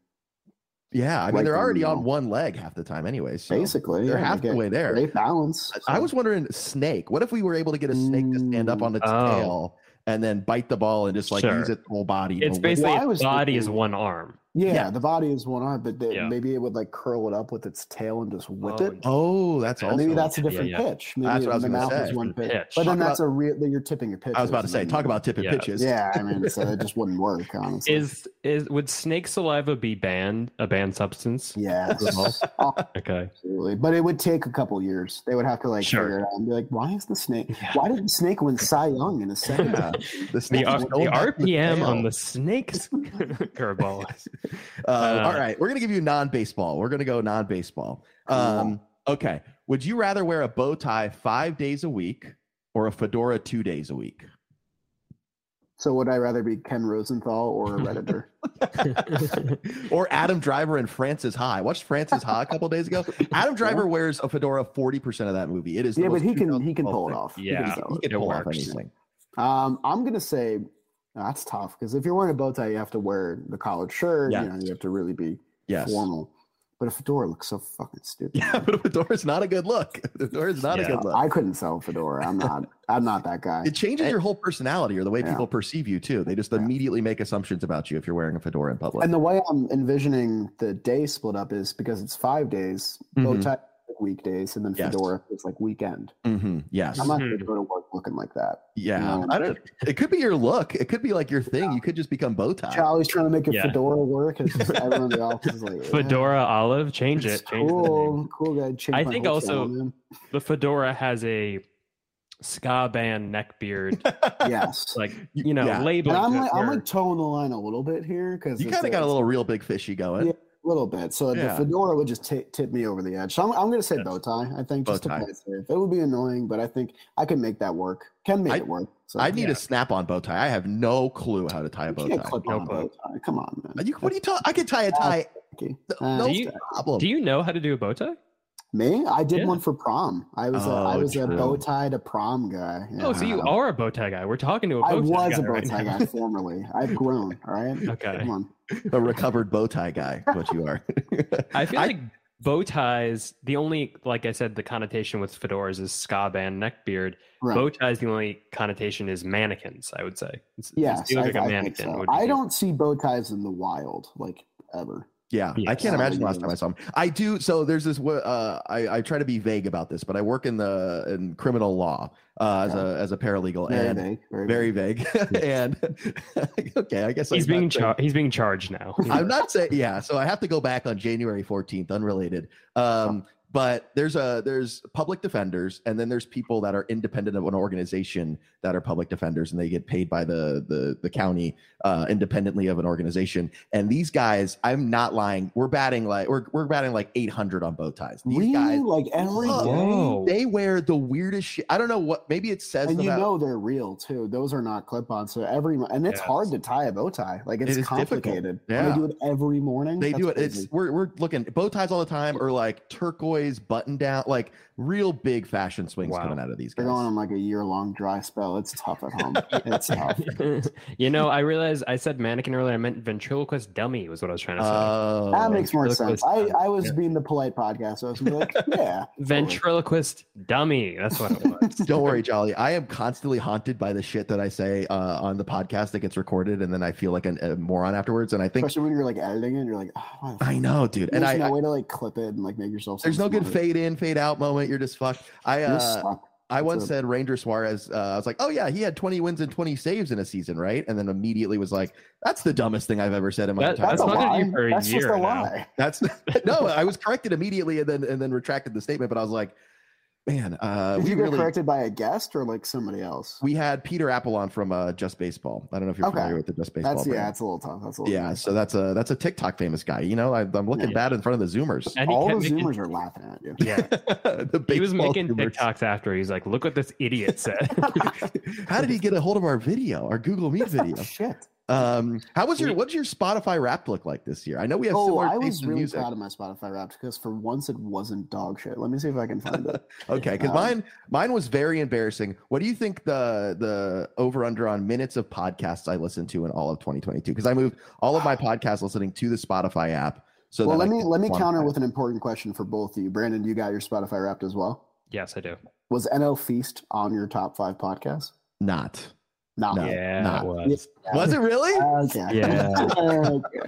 Yeah, I mean
right
they're
down the
already on
middle.
one leg half the time, anyway. So
Basically,
they're
yeah, they
half the
get
way there.
Great balance.
I
so-
was wondering snake. What if we were able to get a snake to stand up on its
Mm. Oh.
tail and then bite the ball and just like
Sure.
use its whole body?
it's
to lick-
basically
Well, I
its
was
body is
thinking-
one arm.
Yeah,
Yeah.
the body is one arm, but they,
Yeah.
maybe it would like curl it up with its tail and just whip
Oh,
it.
oh, that's
And maybe
also.
that's a
yeah,
different
yeah.
pitch. Maybe
That's what I was
the
gonna
mouth
say.
is one pitch.
Pitch.
But then
Talk
that's a real that you're tipping a pitch.
I was about
or
to say,
something.
talk about tipping
Yeah.
pitches.
Yeah, I mean, so it just wouldn't work, honestly.
Is is would snake saliva be banned? A banned substance?
yeah,
Okay.
absolutely. But it would take a couple years. They would have to like
Sure.
figure it out and be like, why is the snake?
Yeah.
Why did the snake win Cy Young in a second?
Yeah. The,
The,
snake
R-
is going
the
back to
RPM on
tail.
the snake's curveball. is-
Uh, all right, we're gonna give you non-baseball. We're gonna go non-baseball. Um, okay. Would you rather wear a bow tie five days a week or a fedora two days a week?
So would I rather be Ken Rosenthal or a redditor?
or Adam Driver and Francis Ha. I watched Francis Ha a couple days ago. Adam Driver wears a fedora forty percent of that movie. It is the
yeah, but
most
he can he can
2012
pull it
thing.
off. He
Yeah.
can sell
He
it.
can
It
pull off
works.
anything.
Um, I'm gonna say that's tough because if you're wearing a bow tie, you have to wear the collared shirt. You know,
Yes.
you have to really be
Yes.
formal. But a fedora looks so fucking stupid.
Yeah, but a fedora is not a good look. The fedora is not
Yeah.
a good look.
I couldn't sell a fedora. I'm not. I'm not that guy.
It changes your whole personality or the way
Yeah.
people perceive you too. They just immediately make assumptions about you if you're wearing a fedora in public.
And the way I'm envisioning the day split up is because it's five days, bow
Mhm.
tie is weekdays, and then
Yes.
fedora is like weekend.
hmm Yes.
I'm not going
Mm-hmm.
to go to work looking like that.
Yeah,
No.
I don't. It could be your look. It could be like your thing. You could just become bow tie.
Charlie's trying to make a
Yeah.
fedora work, and just everyone in the office is like, "Yeah,
Fedora Olive, change
it's
it. Change the name.
cool, cool guy. Change
I
my
think
whole
also-
channel, man."
The fedora has a ska band neck beard,
yes.
like you know,
Yeah.
label.
and I'm like, I'm like toeing the line a little bit here because
you kind of got a little real big fishy going.
Yeah. little bit. So
Yeah.
the fedora would just ti- tip me over the edge. So I'm, I'm going to say
Yes.
bow tie. I think
Bow
just
tie.
to play it safe. It would be annoying, but I think I can make that work. Can make
I-
it work. So
I need
Yeah.
a snap-on bow tie. I have no clue how to tie a
You
bow
can't
tie.
clip
No
on a bow
clue.
tie. Come on, man.
Are you, what are you talking? I can tie a tie.
Lucky.
No,
Uh,
no
Do you-
problem.
Do you know how to do a bow tie?
Me? I did
Yeah.
one for prom. I was a, I
Oh,
was a
true.
bow tie to prom guy.
Oh, so you
Yeah.
are a bow tie guy. We're talking to a bow
I
tie
was
guy
a bow
right
tie
now.
guy formerly. I've grown. All right.
Okay.
Come on.
a recovered bow tie guy? is What you are?
I feel like bow ties. The only, like I said, the connotation with fedoras is ska band neck beard.
Right.
Bow ties. The only connotation is mannequins. I would say. It's- it's-
yes.
You
I,
look like
I
a
think
mannequin.
so.
would
I
you-
don't see bow ties in the wild like ever.
Yeah, I
Yes.
can't
Oh,
imagine the
yeah.
last time I saw him. I do. So there's this. wo- Uh, I I try to be vague about this, but I work in the in criminal law uh, as a as a paralegal
Very
and
vague. Very,
very
vague.
vague. and okay, I guess
he's
I'm
being
not saying-
char- he's being charged now.
I'm not saying yeah. So I have to go back on January 14th, unrelated. Um, but there's a there's public defenders, and then there's people that are independent of an organization that are public defenders, and they get paid by the the the county uh, independently of an organization. And these guys, I'm not lying, we're batting like we're we're batting like 800 on bow ties. These
Really?
guys,
Like every
Whoa.
day?
they wear the weirdest shit. I don't know what. Maybe it says
And you
about-
know they're real too. Those are not clip-ons. So every mo- and it's
Yes.
hard to tie a bow tie. Like it's
It is difficult.
complicated. And
Yeah.
They do it every morning.
They
That's
do it.
crazy.
It's we're we're looking bow ties all the time, or like turquoise button down, like real big fashion swings
Wow.
coming out of these
They're
guys.
going on like a year-long dry spell. It's tough at home. it's tough.
you know, I realized I said mannequin earlier. I meant ventriloquist dummy was what I was trying to say.
Uh,
Oh,
That makes more
Ventriloquist
sense. I,
dummy.
I was being the polite podcast. So I was like, yeah.
ventriloquist dummy. That's what it was.
don't worry, Jolly. I am constantly haunted by the shit that I say uh, on the podcast that gets recorded, and then I feel like an, a moron afterwards. And I think
Especially when you're like editing it, and you're like, oh, why the
I
fuck?"
know, dude.
There's
And I,
no
I-
way to like clip it and like make yourself.
there's no
sound
good
smarter.
fade in, fade out moment. You're just fucked. I
You're
uh,
stuck.
I
That's
once
a-
said Ranger Suarez. Uh, I was like, "Oh yeah, he had 20 wins and 20 saves in a season, right?" And then immediately was like, "That's the dumbest thing I've ever said in my
That-
entire."
That's
That's
a
not gonna
lie.
do for a
That's just
year
a
now.
lie.
That's no, I was corrected immediately and then and then retracted the statement, but I was like, man, uh,
Did
we
you get
really
corrected by a guest or like somebody else?
we had Peter Apollon from uh, Just Baseball. I don't know if you're
Okay.
familiar with the Just Baseball.
That's yeah,
brand.
it's a little tough. That's a little
yeah.
tough.
So that's a that's a TikTok famous guy. You know, I, I'm looking
Yeah.
bad in front of the Zoomers.
And he
All
kept
the
making-
Zoomers are laughing at you.
Yeah,
the
he was
baseball
making
Zoomers.
TikToks after. He's like, "Look what this idiot said."
How did he get a hold of our video, our Google Meet video?
Shit.
Um, how was your
We-
what did your Spotify rap look like this year? I know we have
Oh,
similar
I
tastes
was
in
really
music.
proud of my Spotify Wrapped because for once it wasn't dog shit. Let me see if I can find it.
Okay, because
Um,
mine mine was very embarrassing. What do you think the the over under on minutes of podcasts I listened to in all of 2022? Because I moved all of my podcast listening to the Spotify app. So
well,
that
let
I
me
could
let me counter
quantify.
with an important question for both of you. Brandon, you got your Spotify Wrapped as well.
yes, I do.
Was NL Feast on your top five podcasts?
not.
No.
No.
yeah,
nah.
it was.
Was it really?
Okay. Okay.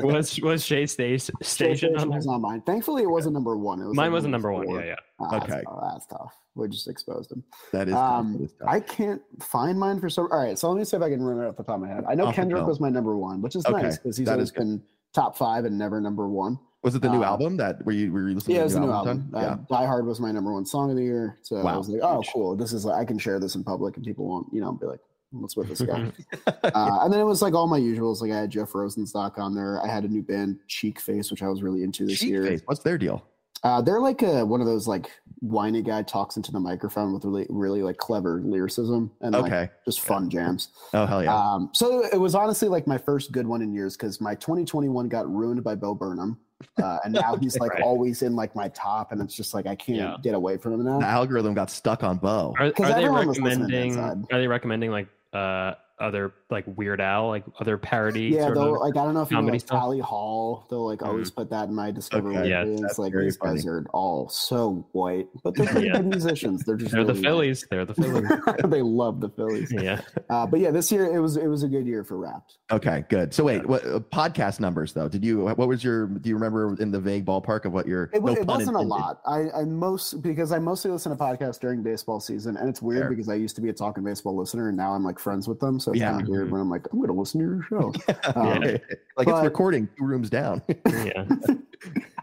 was was Shea Station, station on there?
was not mine. Thankfully, it wasn't number one. It was
Mine
like
wasn't number one.
four.
Yeah, yeah.
Ah,
Okay.
That's, oh, that's tough. We just exposed him.
That is.
Um,
that is tough.
I can't find mine for some. All right, so let me see if I can remember off the top of my head. I know
Off the
Kendrick
dome.
was my number one, which is
Okay,
nice because he's
that
always
is good.
been top five and never number one.
was it the new
uh,
album that were you were you listening
Yeah,
to
it was
the
a new album.
all the
Uh,
time?
Die Hard was my number one song of the year. So I
Wow,
was like, oh,
huge.
cool. This is like, I can share this in public and people won't, you know, be like, what's with this guy? uh, and then it was like all my usuals. Like I had Jeff Rosenstock on there. I had a new band, Cheek Face, which I was really into
yeah.
this
Cheat
year.
Face, What's their deal?
Uh, they're like a, one of those like whiny guy talks into the microphone with really, really like clever lyricism and like,
Okay.
just fun jams.
Oh hell yeah.
Um, so it was honestly like my first good one in years because my 2021 got ruined by Bo Burnham, uh, and now he's like
Right.
always in like my top, and it's just like I can't
Yeah.
get away from him
the
now.
algorithm got stuck on Bo.
Are,
Because
are they
everyone was listening
recommending?
inside.
Are they recommending like uh other like Weird Al like other parody?
Yeah,
sort of-
though, like I don't know if you know,
comedy
like
stuff? Mm-hmm.
Tally Hall, they'll like always put that in my Discover
Okay.
okay.
Yes,
that's
like
very
these guys
funny.
are all so white, but they're pretty
Yeah.
good musicians. They're just
They're the
really
Phillies. They're the
white.
Phillies.
they love the Phillies.
yeah.
Uh, but yeah, this year it was it was a good year for Wrapped.
Okay, good. So wait, what uh, podcast numbers though? Did you what was your? Do you remember in the vague ballpark of what your?
It, wa-
no
it
pun
wasn't
intended.
a lot. I, I most because I mostly listen to podcasts during baseball season, and it's weird
Fair.
because I used to be a talking baseball listener, and now I'm like friends with them. So it's
Yeah. Mm-hmm.
kind of weird when I'm like, I'm going to listen to your show. Um,
Yeah. like it's
but-
recording two rooms down.
Yeah.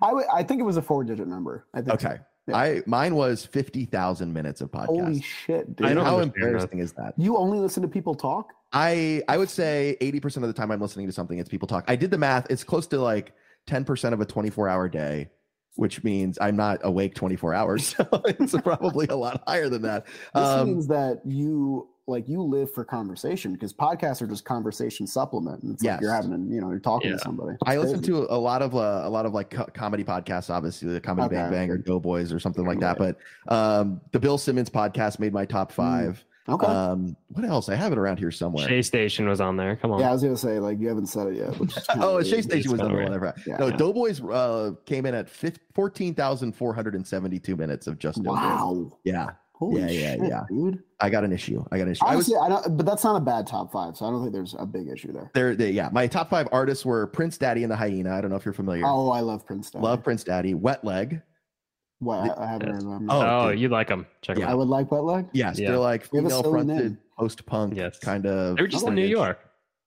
I would- I think it was a four digit number. I think.
Okay.
Yeah.
I mine was fifty thousand minutes of podcast.
Holy shit, dude!
I don't
How
understand that.
embarrassing is that?
you only listen to people talk.
I I would say eighty percent of the time I'm listening to something, it's people talk. I did the math. It's close to like ten percent of a twenty four hour day, which means I'm not awake twenty four hours. So it's probably a lot higher than that.
This
Um,
means that you like you live for conversation because podcasts are just conversation supplement. And it's like you're
Yes.
having, an- you know, you're talking
Yeah.
to somebody.
I listen to a lot of uh, a lot of like co- comedy podcasts, obviously the Comedy Bang
Okay.
Bang or Doughboys or something like that. But um, the Bill Simmons podcast made my
Hmm.
top five.
okay.
Um, what else? I have it around here somewhere.
Shea Station was on there. Come on.
yeah, I was gonna say like you haven't said it yet. Which is kinda
Oh,
weird.
Shea Station was
It's
number
kinda
one. I forgot.
Yeah.
No, Doughboys uh, came in at 14,472 minutes of just Doughboys.
Wow.
Yeah.
Holy
Yeah, yeah,
shit,
yeah.
dude.
I got an issue. I got an issue. I was
Honestly, I don't. But that's not a bad top five, so I don't think there's a big issue there.
there. They, yeah, my top five artists were Prince Daddy and the Hyena. I don't know if you're familiar.
Oh, I love Prince. Daddy.
Love Prince Daddy. Wet Leg.
What? I, I haven't heard of him.
Oh,
Oh,
dude.
you like them? Check them
I
out.
would like Wet Leg.
Yes,
Yeah.
they're like
They have a
female
silly
fronted
name.
post punk
Yes.
kind of.
They were just in New
lineage.
York.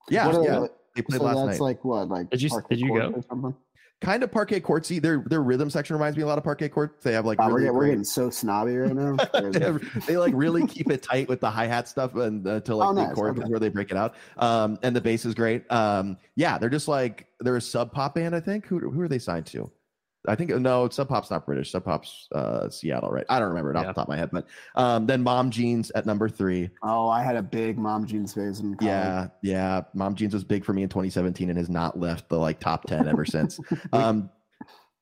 Yeah,
What are-
yeah. They played
so
last
that's
night.
like what? Like
Did you-
Parquet
did you
Court
go?
Or something?
kind of parquet courtsy. Their their rhythm section reminds me a lot of parquet courts. They have like
Wow, we're,
really
getting, we're
great-
getting so snobby right now.
they, have- they, like really keep it tight with the hi hat stuff and uh, to like
Oh,
the
nice.
chord
Okay.
where they break it out. Um, and the bass is great. Um, yeah, they're just like they're a sub pop band. I think who who are they signed to? I think no, sub pop's not British. Sub pop's uh, Seattle, right? I don't remember it off
Yeah.
the top of my head, but um, then Mom Jeans at number three.
oh, I had a big mom jeans phase in college.
Yeah, yeah. Mom Jeans was big for me in 2017 and has not left the like top ten ever since. Um,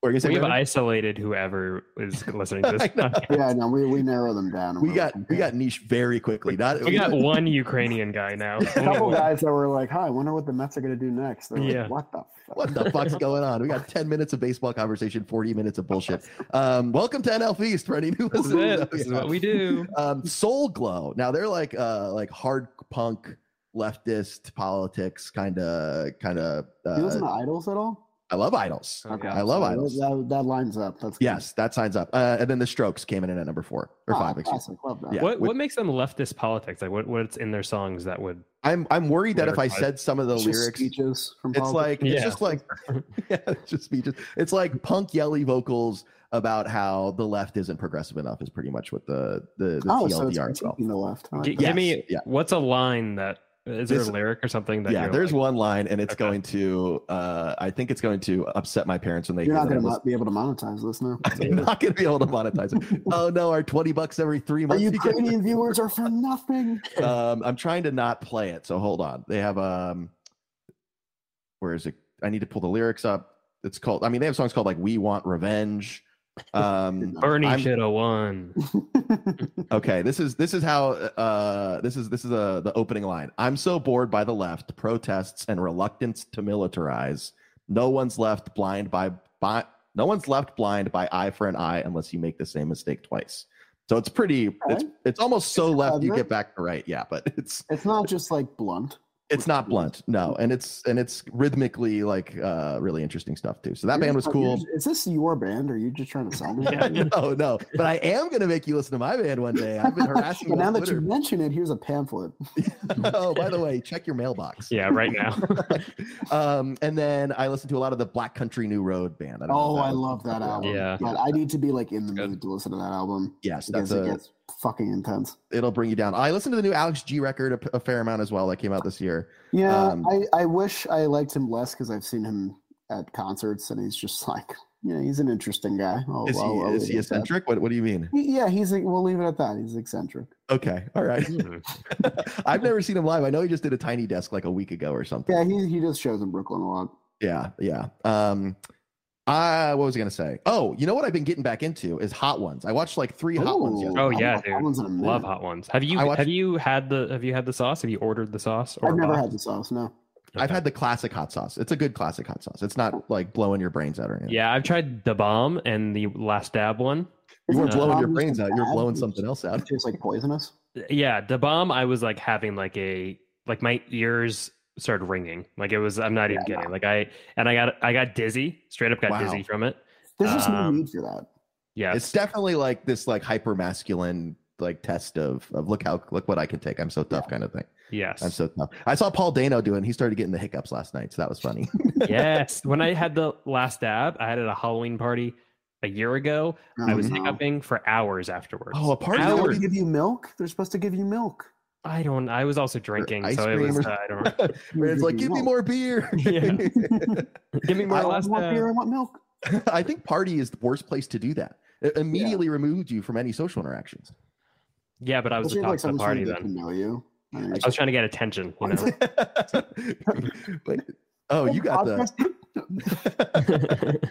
what were you gonna say,
We've
Brandon?
isolated whoever is listening to this.
I know.
podcast.
yeah. No, we we narrow them down.
we got we got niche very quickly. Not
We got one Ukrainian guy now.
a couple guys that were like, "Hi, I wonder what the Mets are going to do next." They're
Yeah.
Like, what the? Fuck?
what the fuck's going on? We got 10 minutes of baseball conversation, 40 minutes of bullshit. Um, welcome to NL Feast for any new
This is
listeners.
it. This is
Yeah.
what we do.
um, Soul Glow. Now they're like uh like hard punk leftist politics kind of kind of
Do you listen
uh,
to Idols at all?
I love
Oh.
idols.
Okay.
I love
So
idols.
That, that, that lines up. That's good.
Yes, that signs up. Uh, and then the Strokes came in at number 4 or
Ah,
5, excuse me.
classic. Love that.
Yeah.
what
we-
what makes them leftist politics? Like what, what's in their songs that would
I'm I'm worried that if I
Lyrics.
said some of the
Just
lyrics
speeches from
It's like
Yeah.
it's just like yeah, it's just speeches. It's like punk yelly vocals about how the left isn't progressive enough is pretty much what the the, the
oh, so it's
TLDR is about.
critiquing the left. I like
G-
that.
yeah.
give me
yes.
what's a line that is
This-
there a lyric or something that
Yeah,
you're
there's
like,
one line, and it's
Okay.
going to uh, I think it's going to upset my parents when they hear
You're not
that
going
I'm
to be able to monetize this now.
listening. I'm not going to be able to monetize it. oh no, our twenty bucks every three
Our
months.
Ukrainian viewers are for nothing.
um, I'm trying to not play it, so hold on. They have um, where is it? I need to pull the lyrics up. It's called. I mean, they have songs called like "We Want Revenge." Um,
Bernie
I'm-
should have won.
Okay, this is this is how uh, this is this is uh, the opening line. I'm so bored by the left protests and reluctance to militarize. No one's left blind by by no one's left blind by eye for an eye unless you make the same mistake twice. So it's pretty. It's
Okay.
it's almost so
It's
left you
clever.
get back to right. Yeah, but it's
it's not just like blunt.
it's not blunt. No, and it's and it's rhythmically like uh, really interesting stuff too. So that band was
Are you-
cool.
Is this your band? Or are you just trying to sell me?
Yeah.
No, no, but I am gonna make you listen to my band one day. I've been harassing you
But now
on
that you
Twitter.
mention it, here's a pamphlet.
oh, by the way, check your mailbox.
Yeah, right now.
um, and then I listened to a lot of the Black Country New Road band. don't know
Oh,
if that
I
was-
love that album.
Yeah.
But I need to be like in the
Good.
mood to listen to that album
Yes, that's
because it
a,
gets fucking intense.
it'll bring you down. I listened to the new Alex G record a, a fair amount as well that came out this year.
Yeah,
Um,
I, I wish I liked him less because I've seen him at concerts and he's just like, yeah, he's an interesting guy. Oh,
Is
well,
he is he eccentric? What what do you mean?
Yeah, he's. Like, we'll leave it at that. He's eccentric.
Okay, all right.
Hmm.
I've never seen him live. I know he just did a tiny desk like a week ago or something.
Yeah, he he just shows in Brooklyn a lot.
Yeah, yeah. Um, I what was I gonna say? Oh, you know what I've been getting back into is hot ones. I watched like three hot ones
Ooh,
yesterday.
Oh,
I
yeah,
want- I
dude.
want some
Love
now.
hot ones. Have you
I watched-
have you had the have you had the sauce? Have you ordered the sauce?
I've never
bought-
had the sauce. No.
I've had the classic hot sauce. It's a good classic hot sauce. It's not like blowing your brains out or anything.
Yeah, I've tried the bomb and the last dab one.
you weren't
Isn't
blowing your
Dom's
brains out. You're
bad?
blowing something else out.
It tastes like poisonous.
Yeah, the bomb. I was like having like a like my ears started ringing. Like it was. I'm not even kidding. Like I and I got I got dizzy. Straight up got
Wow.
dizzy from it.
There's just no
Um,
need for that.
Yeah,
It's definitely like this like hyper masculine like test of of look how look what I can take. I'm so tough kind of thing.
yes.
I'm so tough. I saw Paul Dano doing. He started getting the hiccups last night, so that was funny.
yes. When I had the last dab, I had it at a Halloween party a year ago. I was
Mm-hmm.
no.
hiccuping for hours afterwards.
Oh, a party
They're
that
supposed
would
hours.
to give you milk. They're supposed to give you milk.
I don't. I was also drinking,
ice
so it
cream
was.
or-
Uh, I don't. Remember.
Where it's like, give me
milk.
more beer.
Yeah. Give me
I
my
don't
last uh,
want
dab.
beer. I want milk.
I think party is the worst place to do that. It immediately removed you from any social interactions.
Yeah, but I was
Especially
the
if,
top
like
of
someone's
the
trying
party
to get to
then.
know you. I mean,
I was trying to get attention. You know.
Wait. oh, you got the. um,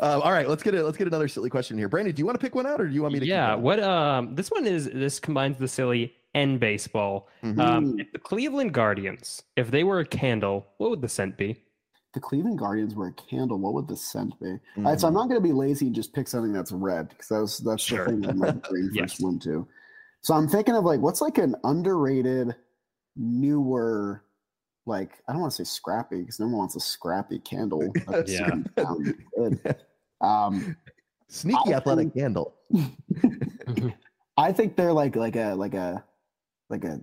all right, let's get it. Let's get another silly question here. Brandon, do you want to pick one out, or do you want me to? keep
yeah.
going?
What? Um. This one is. This combines the silly and baseball.
Mhm.
Um.
Mm.
If the Cleveland Guardians, if they were a candle, what would the scent be?
the Cleveland Guardians were a candle. What would the scent be? All right, so I'm not going to be lazy and just pick something that's red because that was that's
Hmm. Sure.
the thing that my brain first
Yes.
went to. So I'm thinking of like what's like an underrated, newer, like I don't want to say scrappy because no one wants a scrappy candle. That's
Yeah.
gonna sound good. Um,
Sneaky
I-
athletic candle.
I think they're like like a like a like a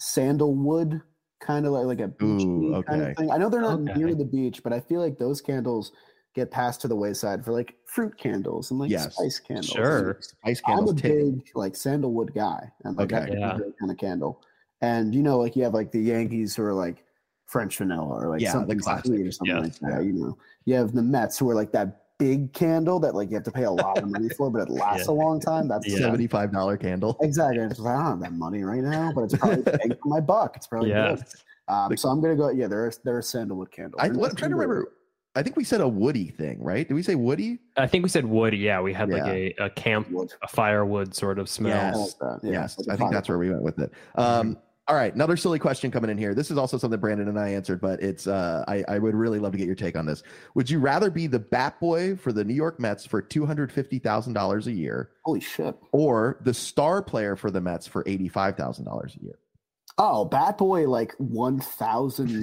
sandalwood kind of like like a beach
Ooh,
kind
okay.
of thing. I know they're not
Okay.
near the beach, but I feel like those candles get passed to the wayside for like fruit candles and like
Yes.
spice candles.
Sure.
Ice
I'm
candles.
a
take-
big like sandalwood guy, and like
Okay.
that kind of candle. And you know, like you have like the Yankees who are like French vanilla or like
Yeah, the
something
classic.
sweet or something
Yes.
like that. You know, you have the Mets who are like that big candle that like you have to pay a lot of money for, but it lasts a long time. That's
Yeah.
Seventy-five dollar candle.
exactly. It's like, I don't have that money right now, but it's probably bang for my buck. It's probably
yeah.
good. Um, so I'm gonna go. Yeah, there are there are sandalwood candles.
I,
They're
am
nice
trying to
and good.
remember. I think we said a woody thing, right? Did we say woody?
I think we said wood. Yeah, we had like
Yeah.
a, a camp,
Wood.
a firewood sort of smell.
Yes.
I like that. Yeah,
yes,
like a
I think that's where we went with it. Um, all right, another silly question coming in here. This is also something Brandon and I answered, but it's uh, I, I would really love to get your take on this. Would you rather be the bat boy for the New York Mets for two hundred fifty thousand dollars a year,
Holy shit!
or the star player for the Mets for eighty five thousand dollars a year?
Oh, Bat Boy, like 1,000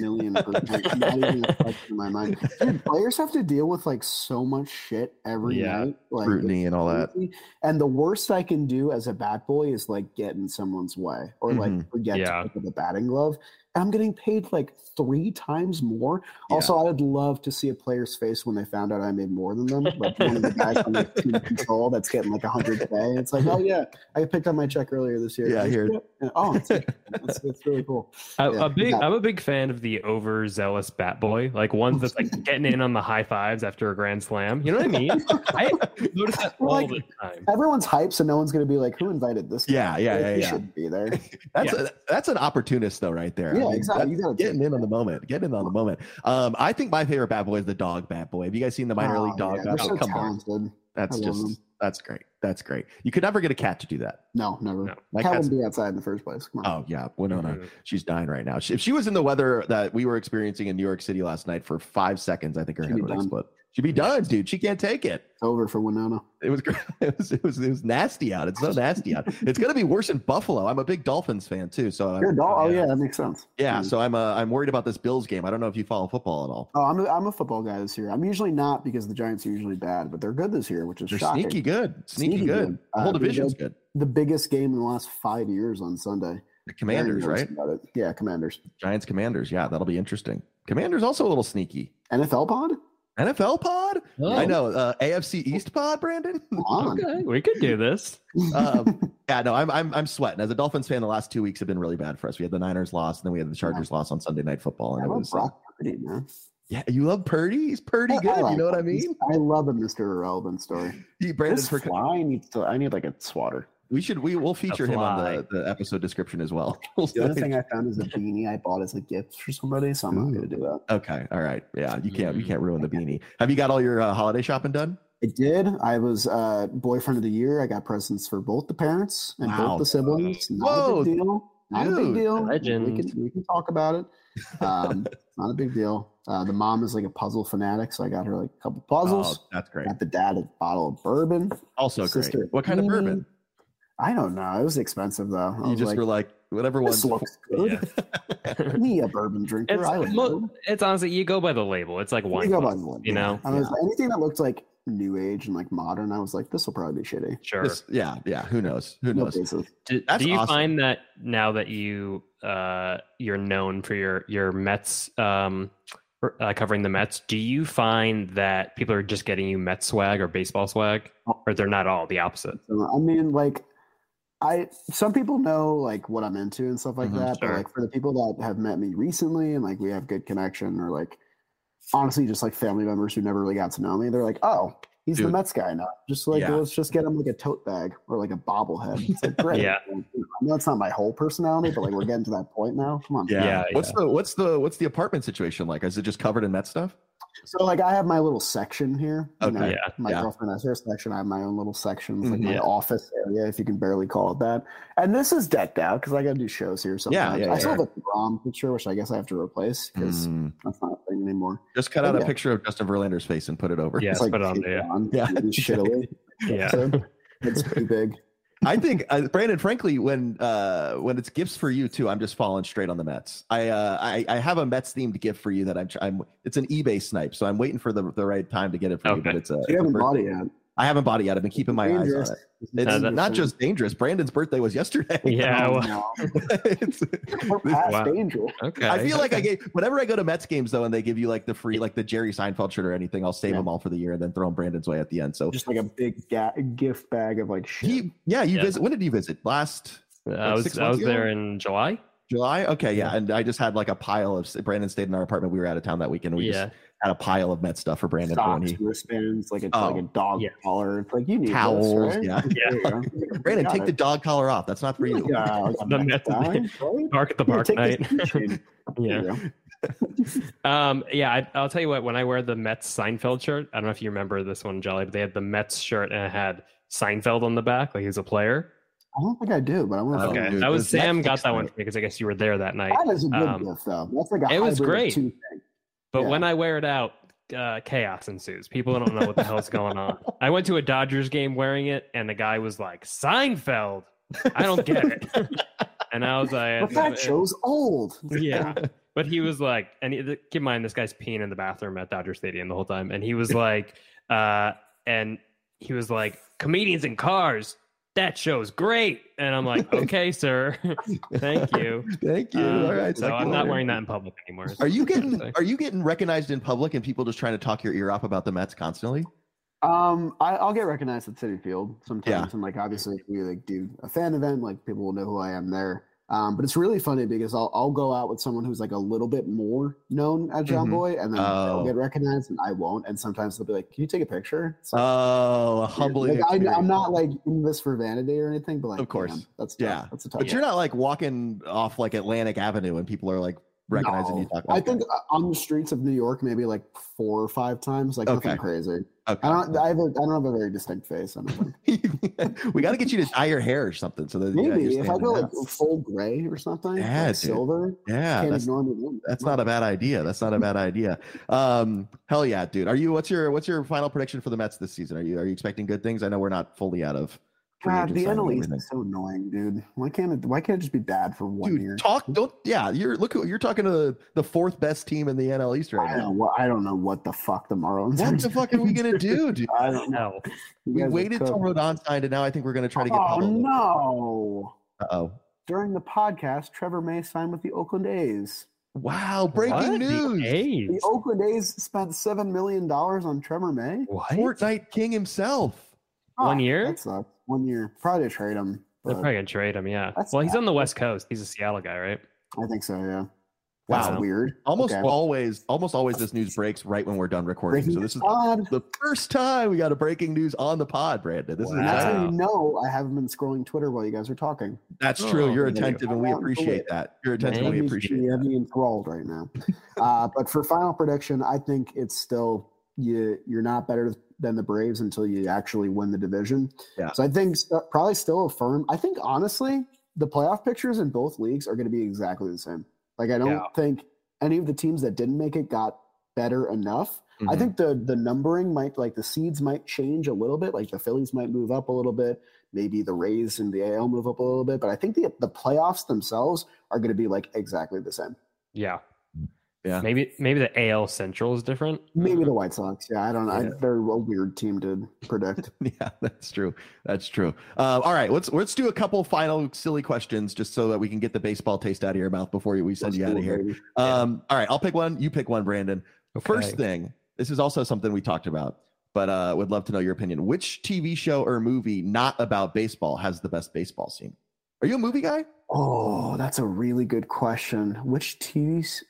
million percent. Not even a question in my mind. Dude, players have to deal with like so much shit every
Yeah,
night. Like,
Scrutiny
it's
and all that.
crazy. And the worst I can do as a Bat Boy is like get in someone's way or
Mm-hmm.
like forget
Yeah.
to pick up a batting glove. I'm getting paid like three times more. Also, I would love to see a player's face when they found out I made more than them. Like one of the guys on like team control that's getting like 100K. It's like, oh, yeah, I picked up my check earlier this year.
Yeah,
Like,
here.
yeah. Oh, it's that's, that's really cool.
A,
Yeah.
a big,
Yeah.
I'm a big fan of the overzealous bat boy, like ones that's like getting in on the high fives after a grand slam. You know what I mean? I notice that all
Like-
the time.
Everyone's hyped, so no one's going to be like, "Who invited this?"
Yeah,
guy?"
yeah,
Like,
yeah,
He
yeah.
shouldn't be there.
That's a, that's an opportunist though, right there.
Yeah, exactly.
that's
You gotta take
Getting in on the moment. Getting in on the moment. Um, I think my favorite bat boy is the dog bat boy. Have you guys seen the minor league dog?
Oh, yeah,
bat
they're
boy?
so
Come on,
talented.
that's
I love
just
them.
that's great. That's great. You could never get a cat to do that.
No, never.
No.
My
Cat
cat's
wouldn't be outside in the first place. Come on.
Oh yeah, Winona.
Mhm.
She's dying right now. She, if she was in the weather that we were experiencing in New York City last night for five seconds, I think her
She'd
head
be
would
done.
explode. She'd be done, dude. She can't take it.
It's over for Winona.
It was, gr- it was it was it was nasty out. It's so nasty out. It's gonna be worse in Buffalo. I'm a big Dolphins fan too, so
You're a
I'm,
doll. Oh
yeah.
yeah. that makes sense.
yeah. So I'm uh, I'm worried about this Bills game. I don't know if you follow football at all.
Oh, I'm a, I'm a football guy this year. I'm usually not because the Giants are usually bad, but they're good this year, which is
They're
shocking.
sneaky good, sneaky,
Sneaky
good.
good.
The whole
Uh,
division's good.
The biggest game in the last five years on Sunday.
The
Very
Commanders,
nervous
right?
about it. Yeah, Commanders.
Giants, Commanders. Yeah, that'll be interesting. Commanders also a little sneaky.
NFL pod.
NFL pod?
Oh,
I know. Uh, AFC East pod, Brandon.
Come on.
Okay, we could do this.
um, yeah, no, I'm, I'm I'm sweating. As a Dolphins fan, the last two weeks have been really bad for us. We had the Niners loss, and then we had the Chargers loss on Sunday Night Football, and
I
it
love
was uh,
Brock Purdy, man.
yeah. You love Purdy? He's pretty
I- I
good. you
like
know what I
him. He's-
mean?
I love a Mr. Irrelevant story.
He, Brandon,
this
for,
fly needs to. I need like a swatter.
we should we will feature him on the, the episode description as well. We'll
The other
say-
thing I found is a beanie I bought as a gift for somebody, so I'm not gonna do that.
okay, all right, yeah. You can't you can't ruin the beanie. Have you got all your uh, holiday shopping done?
I did. I was uh, boyfriend of the year. I got presents for both the parents and
Wow.
both the siblings. Not
Whoa.
a big deal. Not a
Dude,
big deal. We
legend.
can we can talk about it. Um, not a big deal. Uh, the mom is like a puzzle fanatic, so I got her like a couple puzzles.
Oh, that's great.
Got the dad a bottle of bourbon.
Also
Sister,
great. What kind of
beanie.
bourbon?
I don't know. It was expensive though. I
You
was
just
like,
were like whatever one.
this looks good. Me a bourbon drinker.
It's,
I would
mo-
know.
it's honestly, you go by the label. It's like
You
wine.
go
glass,
by the one,
you
yeah.
know?
I was anything that looked like new age and like modern. I was like, this will probably be shitty.
Sure.
This- yeah, yeah. Who knows? Who
No
knows?
basis.
do,
That's
do you
awesome.
find that now that you uh you're known for your your Mets um for, uh, covering the Mets, do you find that people are just getting you Mets swag or baseball swag, or they're not all the opposite?
So, uh, I mean, like, I some people know like what I'm into and stuff like
Mhm,
that,
sure.
but like for the people that have met me recently and like we have good connection or like honestly just like family members who never really got to know me, they're like, oh, he's the
Dude.
Mets guy now. Just like
Yeah.
let's just get him like a tote bag or like a bobblehead. It's like great.
Yeah.
Like, you know, I know it's not my whole personality, but like we're getting to that point now. Come on.
Yeah.
Yeah,
What's the what's the what's the apartment situation like? Is it just covered in Met stuff?
So like I have my little section here. You
Okay.
know,
Yeah,
my
yeah.
girlfriend has her section. I have my own little section, it's like
Mhm.
my
Yeah.
office area, if you can barely call it that. And this is decked out because I got to do shows here sometimes.
yeah,
I still
yeah.
have a Grom picture, which I guess I have to replace because
Mm.
that's not a thing anymore.
Just cut out a
Oh, Yeah.
picture of Justin Verlander's face and put it over.
Yeah. Yes,
it's like
put it on there, yeah.
on,
Yeah.
shittily.
Yeah.
So, it's too big.
I think uh, Brandon, frankly, when uh, when it's gifts for you too, I'm just falling straight on the Mets. I uh, I, I have a Mets themed gift for you that I'm, tr- I'm. It's an eBay snipe, so I'm waiting for the, the right time to get it for you.
Okay.
But it's a.
You haven't
it's a
bought
birthday-
it yet.
I haven't bought it yet. I've been keeping my eyes
Dangerous.
on it. It's
that-
not just dangerous. Brandon's birthday was yesterday.
Yeah. well,
No,
It's-
we're past
Wow.
Angel.
okay.
I feel like I
okay.
get whenever I go to Mets games though, and they give you like the free like the Jerry Seinfeld shirt or anything. I'll save
Yeah.
them all for the year and then throw them Brandon's way at the end. So
Just like a big ga- gift bag of like shit.
he, yeah, you
Yeah.
visit. When did you visit? Last
I
like
was
six
I
months
was there
ago?
in July.
July? Okay, yeah. And I just had like a pile of Brandon stayed in our apartment. We were out of town that weekend. We
Yeah.
just had a pile of Met stuff for Brandon. for when
socks,
he-
wristbands, like a
Oh,
like a dog
yeah.
collar. It's like you need
Towels,
This, right?
yeah.
Yeah.
Brandon, take the dog collar off. That's not for you.
The
the
method. Park at the park night. yeah. Um, yeah, I, I'll tell you what. When I wear the Mets Seinfeld shirt, I don't know if you remember this one, Jolly, but they had the Mets shirt and it had Seinfeld on the back, like he was a player.
I don't think I do, but I want to.
Oh,
Okay,
dude,
that was
this
Sam
Netflix
got that one
night.
for me because I guess you were there that night.
That is a good
Um,
gift, though. That's like a
it was
hybrid of
great.
two things.
But
yeah.
when I wear it out, uh, chaos ensues. People don't know what the hell's going on. I went to a Dodgers game wearing it, and the guy was like Seinfeld. I don't get it, and I was like,
But that show's old.
yeah. But he was like, and he, keep in mind, this guy's peeing in the bathroom at Dodger Stadium the whole time. And he was like, uh, and he was like, comedians in cars, that show's great. And I'm like, okay, sir. Thank you.
Thank you.
Uh,
Um,
All right.
so
talk to
I'm
you
not
later.
wearing that in public anymore.
Are you getting are you getting recognized in public and people just trying to talk your ear off about the Mets constantly?
Um, I, I'll get recognized at City Field sometimes, and like obviously if we like do a fan event, like people will know who I am there. Um, but it's really funny because I'll I'll go out with someone who's like a little bit more known at John
Mhm.
Boy, and then
Oh.
they'll get recognized, and I won't. And sometimes they'll be like, "Can you take a picture?" It's like,
Oh, a humbling.
like, I, I'm
experience.
not like in this for vanity or anything, but like,
Of course.
damn, that's tough.
Yeah.
that's a tough.
But you're not like walking off like Atlantic Avenue and people are like recognizing
No.
you. Talk,
I think uh, on the streets of New York, maybe like four or five times, like
Okay.
nothing crazy.
Okay.
I don't, I have a, I don't have a very distinct face. I don't think.
we got to get you to dye your hair or something. So that you know,
Maybe
you're
if I
standing
go like
out.
full gray or something,
Yeah,
like
dude.
silver,
yeah,
can't
that's,
ignore me. then.
that's not a bad idea. That's not a bad idea. Um, hell yeah, dude. Are you? What's your What's your final prediction for the Mets this season? Are you Are you expecting good things? I know we're not fully out of. free agent
God, the
signing and
NL East
everything.
is so annoying, dude. Why can't it? Why can't it just be bad for one year?
Dude, talk. Don't. Yeah, you're look. who- You're talking to the, the fourth best team in the NL East
I
right
don't know.
now.
What, I don't know what the fuck the Marlins.
What the fuck are we gonna do, dude?
I don't know.
No.
You
We
guys are
waited till
cooked.
Rodon signed, and now I think we're gonna try to get.
Oh
Pablo.
no!
Uh-oh.
During the podcast, Trevor May signed with the Oakland A's.
Wow! Breaking
What? The
news. Oh,
A's?
The Oakland A's spent seven million dollars on Trevor May.
What?
Fortnite King himself.
One
Oh,
year?
That sucks. One year. Probably trade him.
They're
but
probably gonna trade him, yeah.
That's
Well, he's on the West Coast. He's a Seattle guy, right?
I think so. Yeah.
Wow.
That's weird.
Almost
Okay.
always, almost always, this news breaks right when we're done recording.
Breaking
so this is
pod.
the first time we got a breaking news on the pod, Brandon. This
Wow.
is
That's
exciting.
how
Wow.
you know I haven't been scrolling Twitter while you guys are talking.
that's true.
Oh,
You're
thank you.
attentive, and we
Wow,
appreciate
cool.
that. You're attentive,
Thank
and we
You
appreciate.
You
That.
have me enthralled right now. uh, but for final prediction, I think it's still you. You're not better than the Braves until you actually win the division.
Yeah.
So I think st- probably still a firm. I think honestly, the playoff pictures in both leagues are going to be exactly the same. Like I don't
Yeah.
think any of the teams that didn't make it got better enough. I
Mhm.
think the the numbering might like the seeds might change a little bit. Like the Phillies might move up a little bit. Maybe the Rays and the AL move up a little bit. But I think the the playoffs themselves are going to be like exactly the same.
Yeah.
Yeah.
Maybe maybe the AL Central is different.
Maybe the White Sox. Yeah, I don't know.
Mm-hmm. Yeah.
They're a weird team to predict.
Yeah, that's true. That's true. Uh, all right, let's let's do a couple final silly questions just so that we can get the baseball taste out of your mouth before we send
Let's
you out
do
of
it,
here.
baby.
Um, all right, I'll pick one. You pick one, Brandon. First
Okay.
thing, this is also something we talked about, but uh, would love to know your opinion. Which TV show or movie not about baseball has the best baseball scene? Are you a movie guy?
Oh, that's a really good question. Which TVs?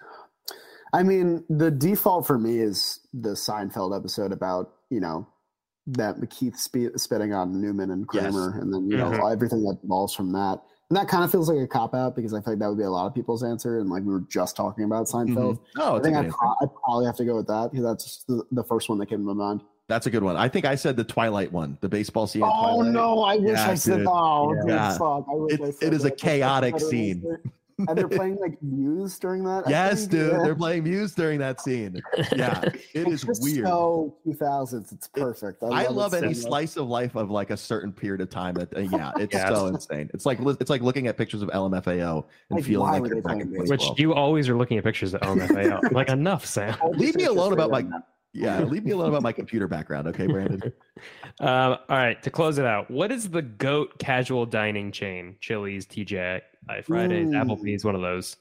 I mean, the default for me is the Seinfeld episode about you know that Keith spe- spitting on Newman and
Yes. Mm-hmm.
Kramer, and then you know
Mhm.
everything that evolves from that. And that kind of feels like a cop out because I feel like that would be a lot of people's answer. And like we were just talking about Seinfeld,
No,
I
Mm-hmm. Oh, it's a
think
good
I,
answer.
pro- I probably have to go with that because that's just the, the first one that came to my mind.
That's a good one. I think I said the Twilight one, the baseball scene. in
Oh
Twilight.
no! I wish
Yeah,
I said.
dude.
Oh, dude,
Yeah.
fuck! I wish
It-
I
it
said
is a
that. That's
chaotic
better than
scene.
I said. and they're playing like Muse during that. I
yes,
think.
dude.
Yeah.
They're playing Muse during that scene. Yeah, it is
It's just
weird.
So 2000s, it's perfect. I,
I love
it
any
so much.
slice of life of like a certain period of time. That uh, yeah, it's
Yes.
so insane. It's like it's like looking at pictures of LMFAO and
Like,
feeling
why
like
were
you're
they
back
playing
in
this?
2012.
Which you always are looking at pictures of OMFAO. like enough, Sam.
I'll just
Leave me
search
alone
history
about
right
my-
now.
yeah, leave me alone about my computer background, okay, Brandon.
Um, all right, to close it out, what is the goat casual dining chain? Chili's, TJ Fridays,
Ooh.
Applebee's, one of those,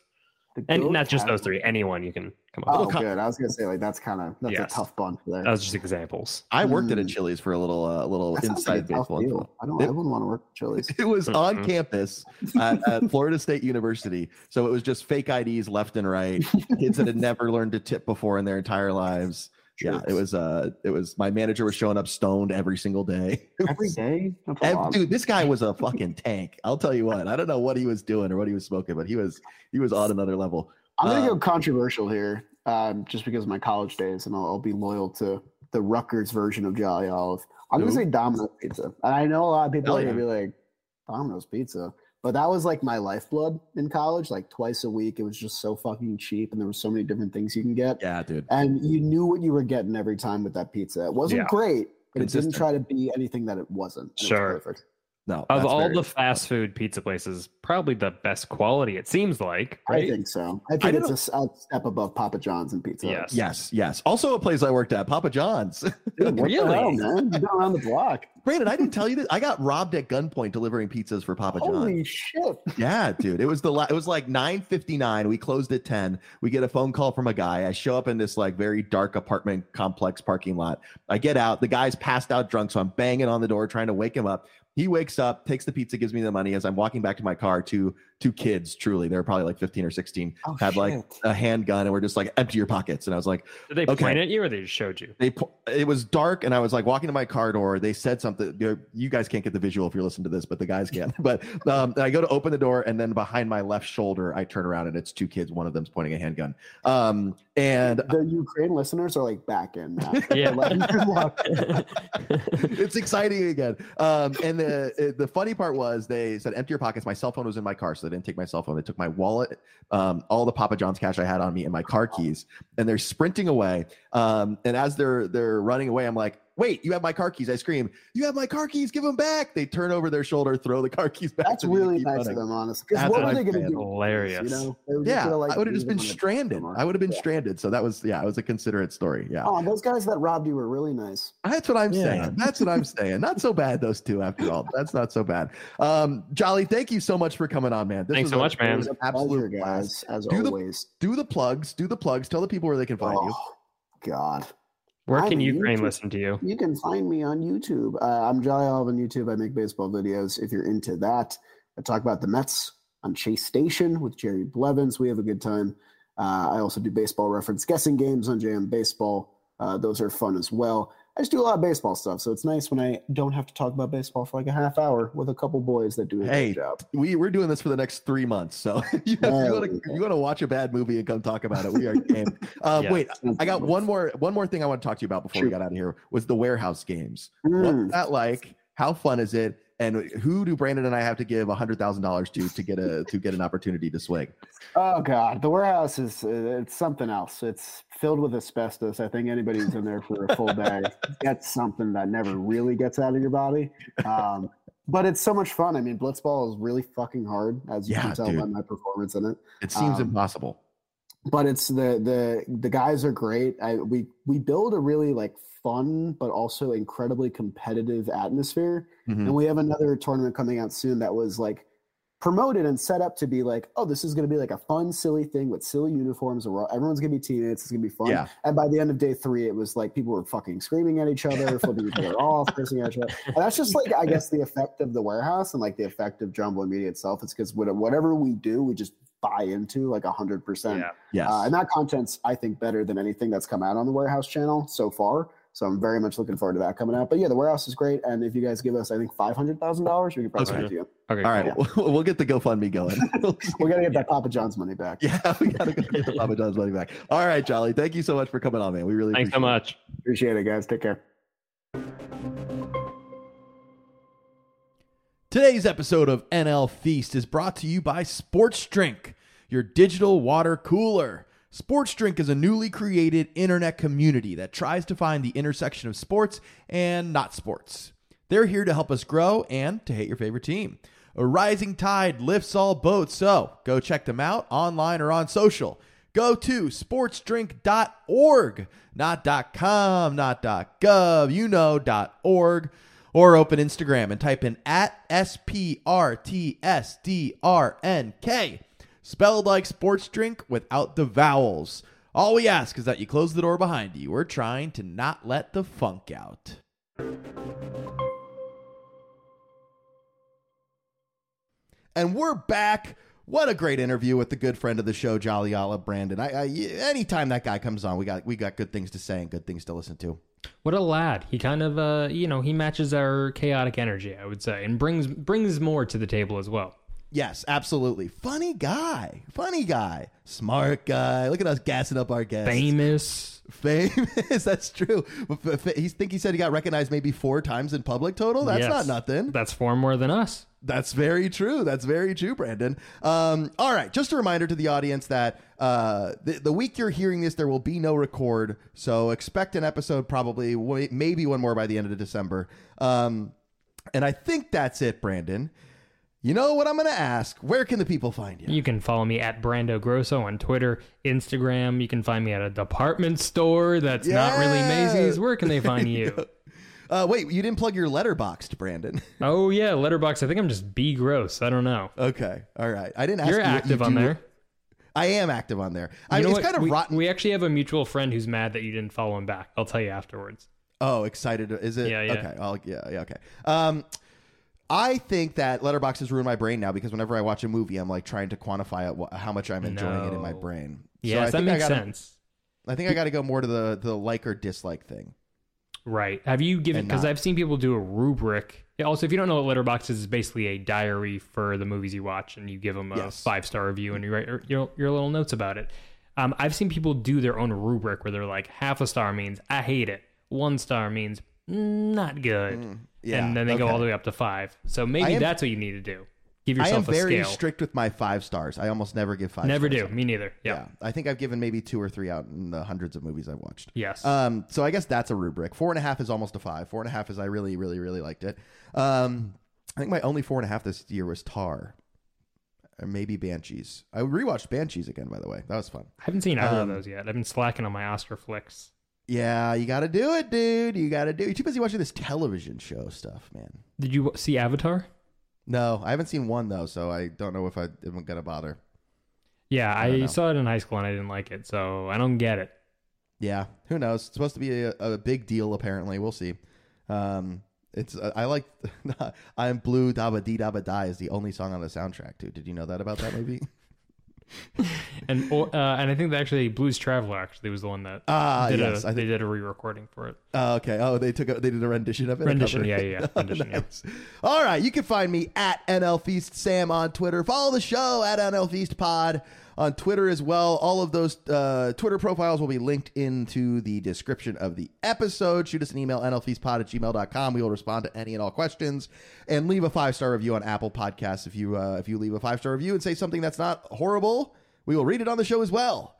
The
and
goat
not just
hat.
those three. Anyone you can come up.
Oh,
with.
co-
good. I was gonna say like that's kind of that's
Yes.
a tough bunch there.
That was just examples.
I worked at a
Mm.
Chili's for a little uh, little
That sounds like
inside
a tough
baseball. info.
deal. I don't. I wouldn't want to work at Chili's.
It was on
Mhm.
campus at, at Florida State University, so it was just fake IDs left and right. Kids that had never learned to tip before in their entire lives. Yeah, it was. Uh, it was. My manager was showing up stoned every single day.
every day. That's a
Ev-
lot.
dude, this guy was a fucking tank. I'll tell you what. I don't know what he was doing or what he was smoking, but he was he was on another level.
I'm gonna
Uh,
go controversial here, um, just because of my college days, and I'll, I'll be loyal to the Rutgers version of Jolly Olive. I'm
Who?
gonna say Domino's Pizza, and I know a lot of people
Hell
are gonna
yeah.
be like Domino's Pizza, but that was like my lifeblood in college. Like twice a week, it was just so fucking cheap, and there were so many different things you can get,
Yeah, dude.
and you knew what you were getting every time with that pizza. It wasn't
Yeah.
great, but it
Consistent.
didn't try to be anything that it wasn't. and it was
Sure.
perfect.
No,
Of
that's
all
very-
the fast food pizza places, probably the best quality. It seems like
I
right.
think so. I think
did
it's a s- a step above Papa John's and pizza. Hut.
Yes.
Yes, yes. Also, a place I worked at, Papa John's.
Dude, what the hell,
Really?
man? You've been around the block.
Brandon, I didn't tell you this. I got robbed at gunpoint delivering pizzas for Papa John's.
Holy shit!
Yeah, dude. It was the la- it was like 9:59. We closed at 10. We get a phone call from a guy. I show up in this like very dark apartment complex parking lot. I get out. The guy's passed out drunk, so I'm banging on the door trying to wake him up. He wakes up, takes the pizza, gives me the money as I'm walking back to my car. Two two kids, truly. They were probably like 15 or 16,
Oh,
had like
shit.
a handgun and were just like empty your pockets. And I was like,
Did they
Okay.
point at you or they just showed you?
they po- it was dark and i was like walking to my car door they said something you know, you guys can't get the visual if you're listening to this but the guys can but um, i go to open the door and then behind my left shoulder i turn around and it's two kids one of them's pointing a handgun um, and
the Ukraine listeners are like back in now.
Yeah.
Let me just walk.
it's exciting again um, and the the funny part was they said empty your pockets my cell phone was in my car so they didn't take my cell phone they took my wallet um, all the papa john's cash i had on me and my car keys and they're sprinting away Um, and as they're they're running away, I'm like, "Wait, you have my car keys!" I scream, "You have my car keys! Give them back!" They turn over their shoulder, throw the car keys back.
That's
to me, and
really
keep
nice
running.
of them, honestly. Because
That's
what were
what
they
I
going to
said.
do?
Hilarious.
You know, They were just
Yeah,
gonna, like,
I would have just been
leave them on the
stranded.
somewhere.
I would have been
Yeah.
stranded. So that was yeah, it was a considerate story. Yeah,
Oh, those guys that robbed you were really nice.
that's what I'm
Yeah.
saying. That's what I'm saying. Not so bad those two after all. That's not so bad. Um, Jolly, thank you so much for coming on, man. This
Thanks
was
so
a-
much,
it
man.
was an
Pleasure,
absolute blast.
guys, as
Do the-
always.
Do the plugs. Do the plugs. Tell the people where they can find you.
Oh, God.
Where
I'm
can
a
Ukraine
YouTube-
listen to you?
You can find me on YouTube. Uh, I'm Jolly Olive on YouTube. I make baseball videos. If you're into that, I talk about the Mets on Chase Station with Jerry Blevins. We have a good time. Uh, I also do baseball reference guessing games on JM Baseball. Uh, those are fun as well. I just do a lot of baseball stuff, so it's nice when I don't have to talk about baseball for like a half hour with a couple boys that do a
Hey,
good job.
we we're doing this for the next three months. So you,
Oh,
want to
yeah.
you want to watch a bad movie and come talk about it. We are game. Uh,
Yeah.
Wait, I got
Mm.
one more one more thing I want to talk to you about before we got out of here was the warehouse games.
Mm,
What's that like? How fun is it? And who do Brandon and I have to give hundred thousand dollars to to get a to get an opportunity to swing?
Oh God, the warehouse is uh, it's something else. It's filled with asbestos. I think anybody who's in there for a full day gets something that never really gets out of your body. Um, but it's so much fun. I mean, blitzball is really fucking hard, as you
Yeah,
can tell by
dude.
my performance in it.
It seems
Um,
impossible.
But it's the the the guys are great. I, we we build a really like fun but also incredibly competitive atmosphere.
Mhm.
Mm-hmm.
And we have another tournament coming out soon that was like promoted and set up to be like, oh, this is going to be like a fun, silly thing with silly uniforms. and we're all- Everyone's going to be teammates. It's going to be fun.
Yeah.
And by the end of day three, it was like people were fucking screaming at each other, flipping each other off, cursing at each other. And that's just like, I guess, the effect of the warehouse and like the effect of Jumbo Media itself. It's because whatever we do, we just buy into like 100%.
Yeah.
Yes.
Uh, and that content's, I think, better than anything that's come out on the Warehouse channel so far. So I'm very much looking forward to that coming out. But yeah, the Warehouse is great. And if you guys give us, I think, $500,000, we can probably
Okay.
do you.
Okay.
All right, we'll, we'll get the GoFundMe going.
We got to get that Papa John's money back.
yeah, we gotta go get the Papa John's money back. All right, Jolly, thank you so much for coming on, man. We really
Thanks so
appreciate it.
much.
Appreciate it, guys. Take care.
Today's episode of NL Feast is brought to you by Sports Drink.
your digital water cooler. Sports Drink is a newly created internet community that tries to find the intersection of sports and not sports. They're here to help us grow and to hate your favorite team. A rising tide lifts all boats, so go check them out online or on social. Go to sportsdrink.org, not .com, not .gov, you know .org, or open Instagram and type in at S-P-R-T-S-D-R-N-K, spelled like sports drink without the vowels. All we ask is that you close the door behind you. We're trying to not let the funk out. and we're back. What a great interview with the good friend of the show, Jolly Olive Brandon. I, I anytime that guy comes on, we got we got good things to say and good things to listen to.
What a lad! He kind of, uh, you know, he matches our chaotic energy, I would say, and brings brings more to the table as well.
Yes, absolutely. Funny guy, funny guy, smart guy. Look at us gassing up our guests.
Famous.
Famous, that's true. He think he said he got recognized maybe four times in public total. That's
Yes.
not nothing.
That's far more than us.
That's very true. That's very true, Brandon. Um, all right, just a reminder to the audience that uh, the, the week you're hearing this, there will be no record. So expect an episode probably, wa- maybe one more by the end of December. Um, and I think that's it, Brandon. You know what I'm going to ask? Where can the people find you?
You can follow me at Brando Grosso on Twitter, Instagram. You can find me at a department store that's not really
Yeah.
Macy's. Where can they find you?
Uh, wait, you didn't plug your letterboxed, Brandon.
oh yeah, Letterbox. I think I'm just B gross. I don't know.
okay, all right. I didn't ask
You're
you what you
active on
do-
there.
I am active on there. I
You
mean,
know what?
it's kind of
we,
rotten.
we actually have a mutual friend who's mad that you didn't follow him back. I'll tell you afterwards.
Oh, excited is it?
Yeah, yeah.
Okay. I'll, Oh, yeah, yeah, okay. Um, I think that Letterbox has ruined my brain now because whenever I watch a movie, I'm like trying to quantify it, wh- how much I'm enjoying it in my
No.
brain.
Yes,
so I
that
think I
makes
gotta,
sense.
I think I got to go more to the the like or dislike thing.
Right. Have you given
And
because
not.
I've seen people do a rubric. Yeah, also, if you don't know what Letterboxd is, it's basically a diary for the movies you watch, and you give them a
Yes.
five star review and you write your, your, your little notes about it. Um, I've seen people do their own rubric where they're like, half a star means I hate it, one star means not good,
Mm, yeah,
and then they go
okay.
all the way up to five. So
I
maybe
am-
that's what you need to do. Give
I am
yourself a
very
scale.
strict with my five stars. I almost never give five.
Never
stars.
do. Me neither. Yeah.
Yeah, I think I've given maybe two or three out in the hundreds of movies I've watched.
Yes.
Um, so I guess that's a rubric. Four and a half is almost a five. Four and a half is I really, really, really liked it. Um, I think my only four and a half this year was Tar, or maybe Banshees. I rewatched Banshees again, by the way. That was fun.
I haven't seen either
um,
of those yet. I've been slacking on my Oscar flicks.
Yeah, you got to do it, dude. You got to do. You're too busy watching this television show stuff, man.
Did you w- see Avatar?
No, I haven't seen one though, so I don't know if I am gonna bother.
Yeah,
I don't
I,
know.
saw it in high school and I didn't like it, so I don't get it.
Yeah, who knows? It's supposed to be a, a big deal. Apparently, we'll see. Um, it's uh, I like I'm blue daba dee daba die is the only song on the soundtrack too. Did you know that about that movie?
And or, uh, and I think that actually Blues Traveler actually was the one that
Ah,
did
yes,
a,
I
they
think.
did a re-recording for it.
Oh, okay. Oh, they took a, they did a rendition of it. a
Rendition,
cover.
yeah, yeah, yeah.
Oh,
Rendition, yeah.
nice. All right, you can find me at NL Feast Sam on Twitter. Follow the show at NL Feast Pod on Twitter as well. All of those uh, Twitter profiles will be linked into the description of the episode. Shoot us an email, nlfeastpod at gmail.com. We will respond to any and all questions. And leave a five star review on Apple Podcasts if you uh, if you leave a five star review and say something that's not horrible. We will read it on the show as well.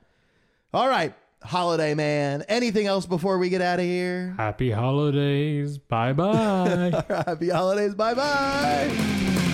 All right, Holiday Man. Anything else before we get out of here?
Happy holidays. Bye bye.
Happy holidays. Bye bye.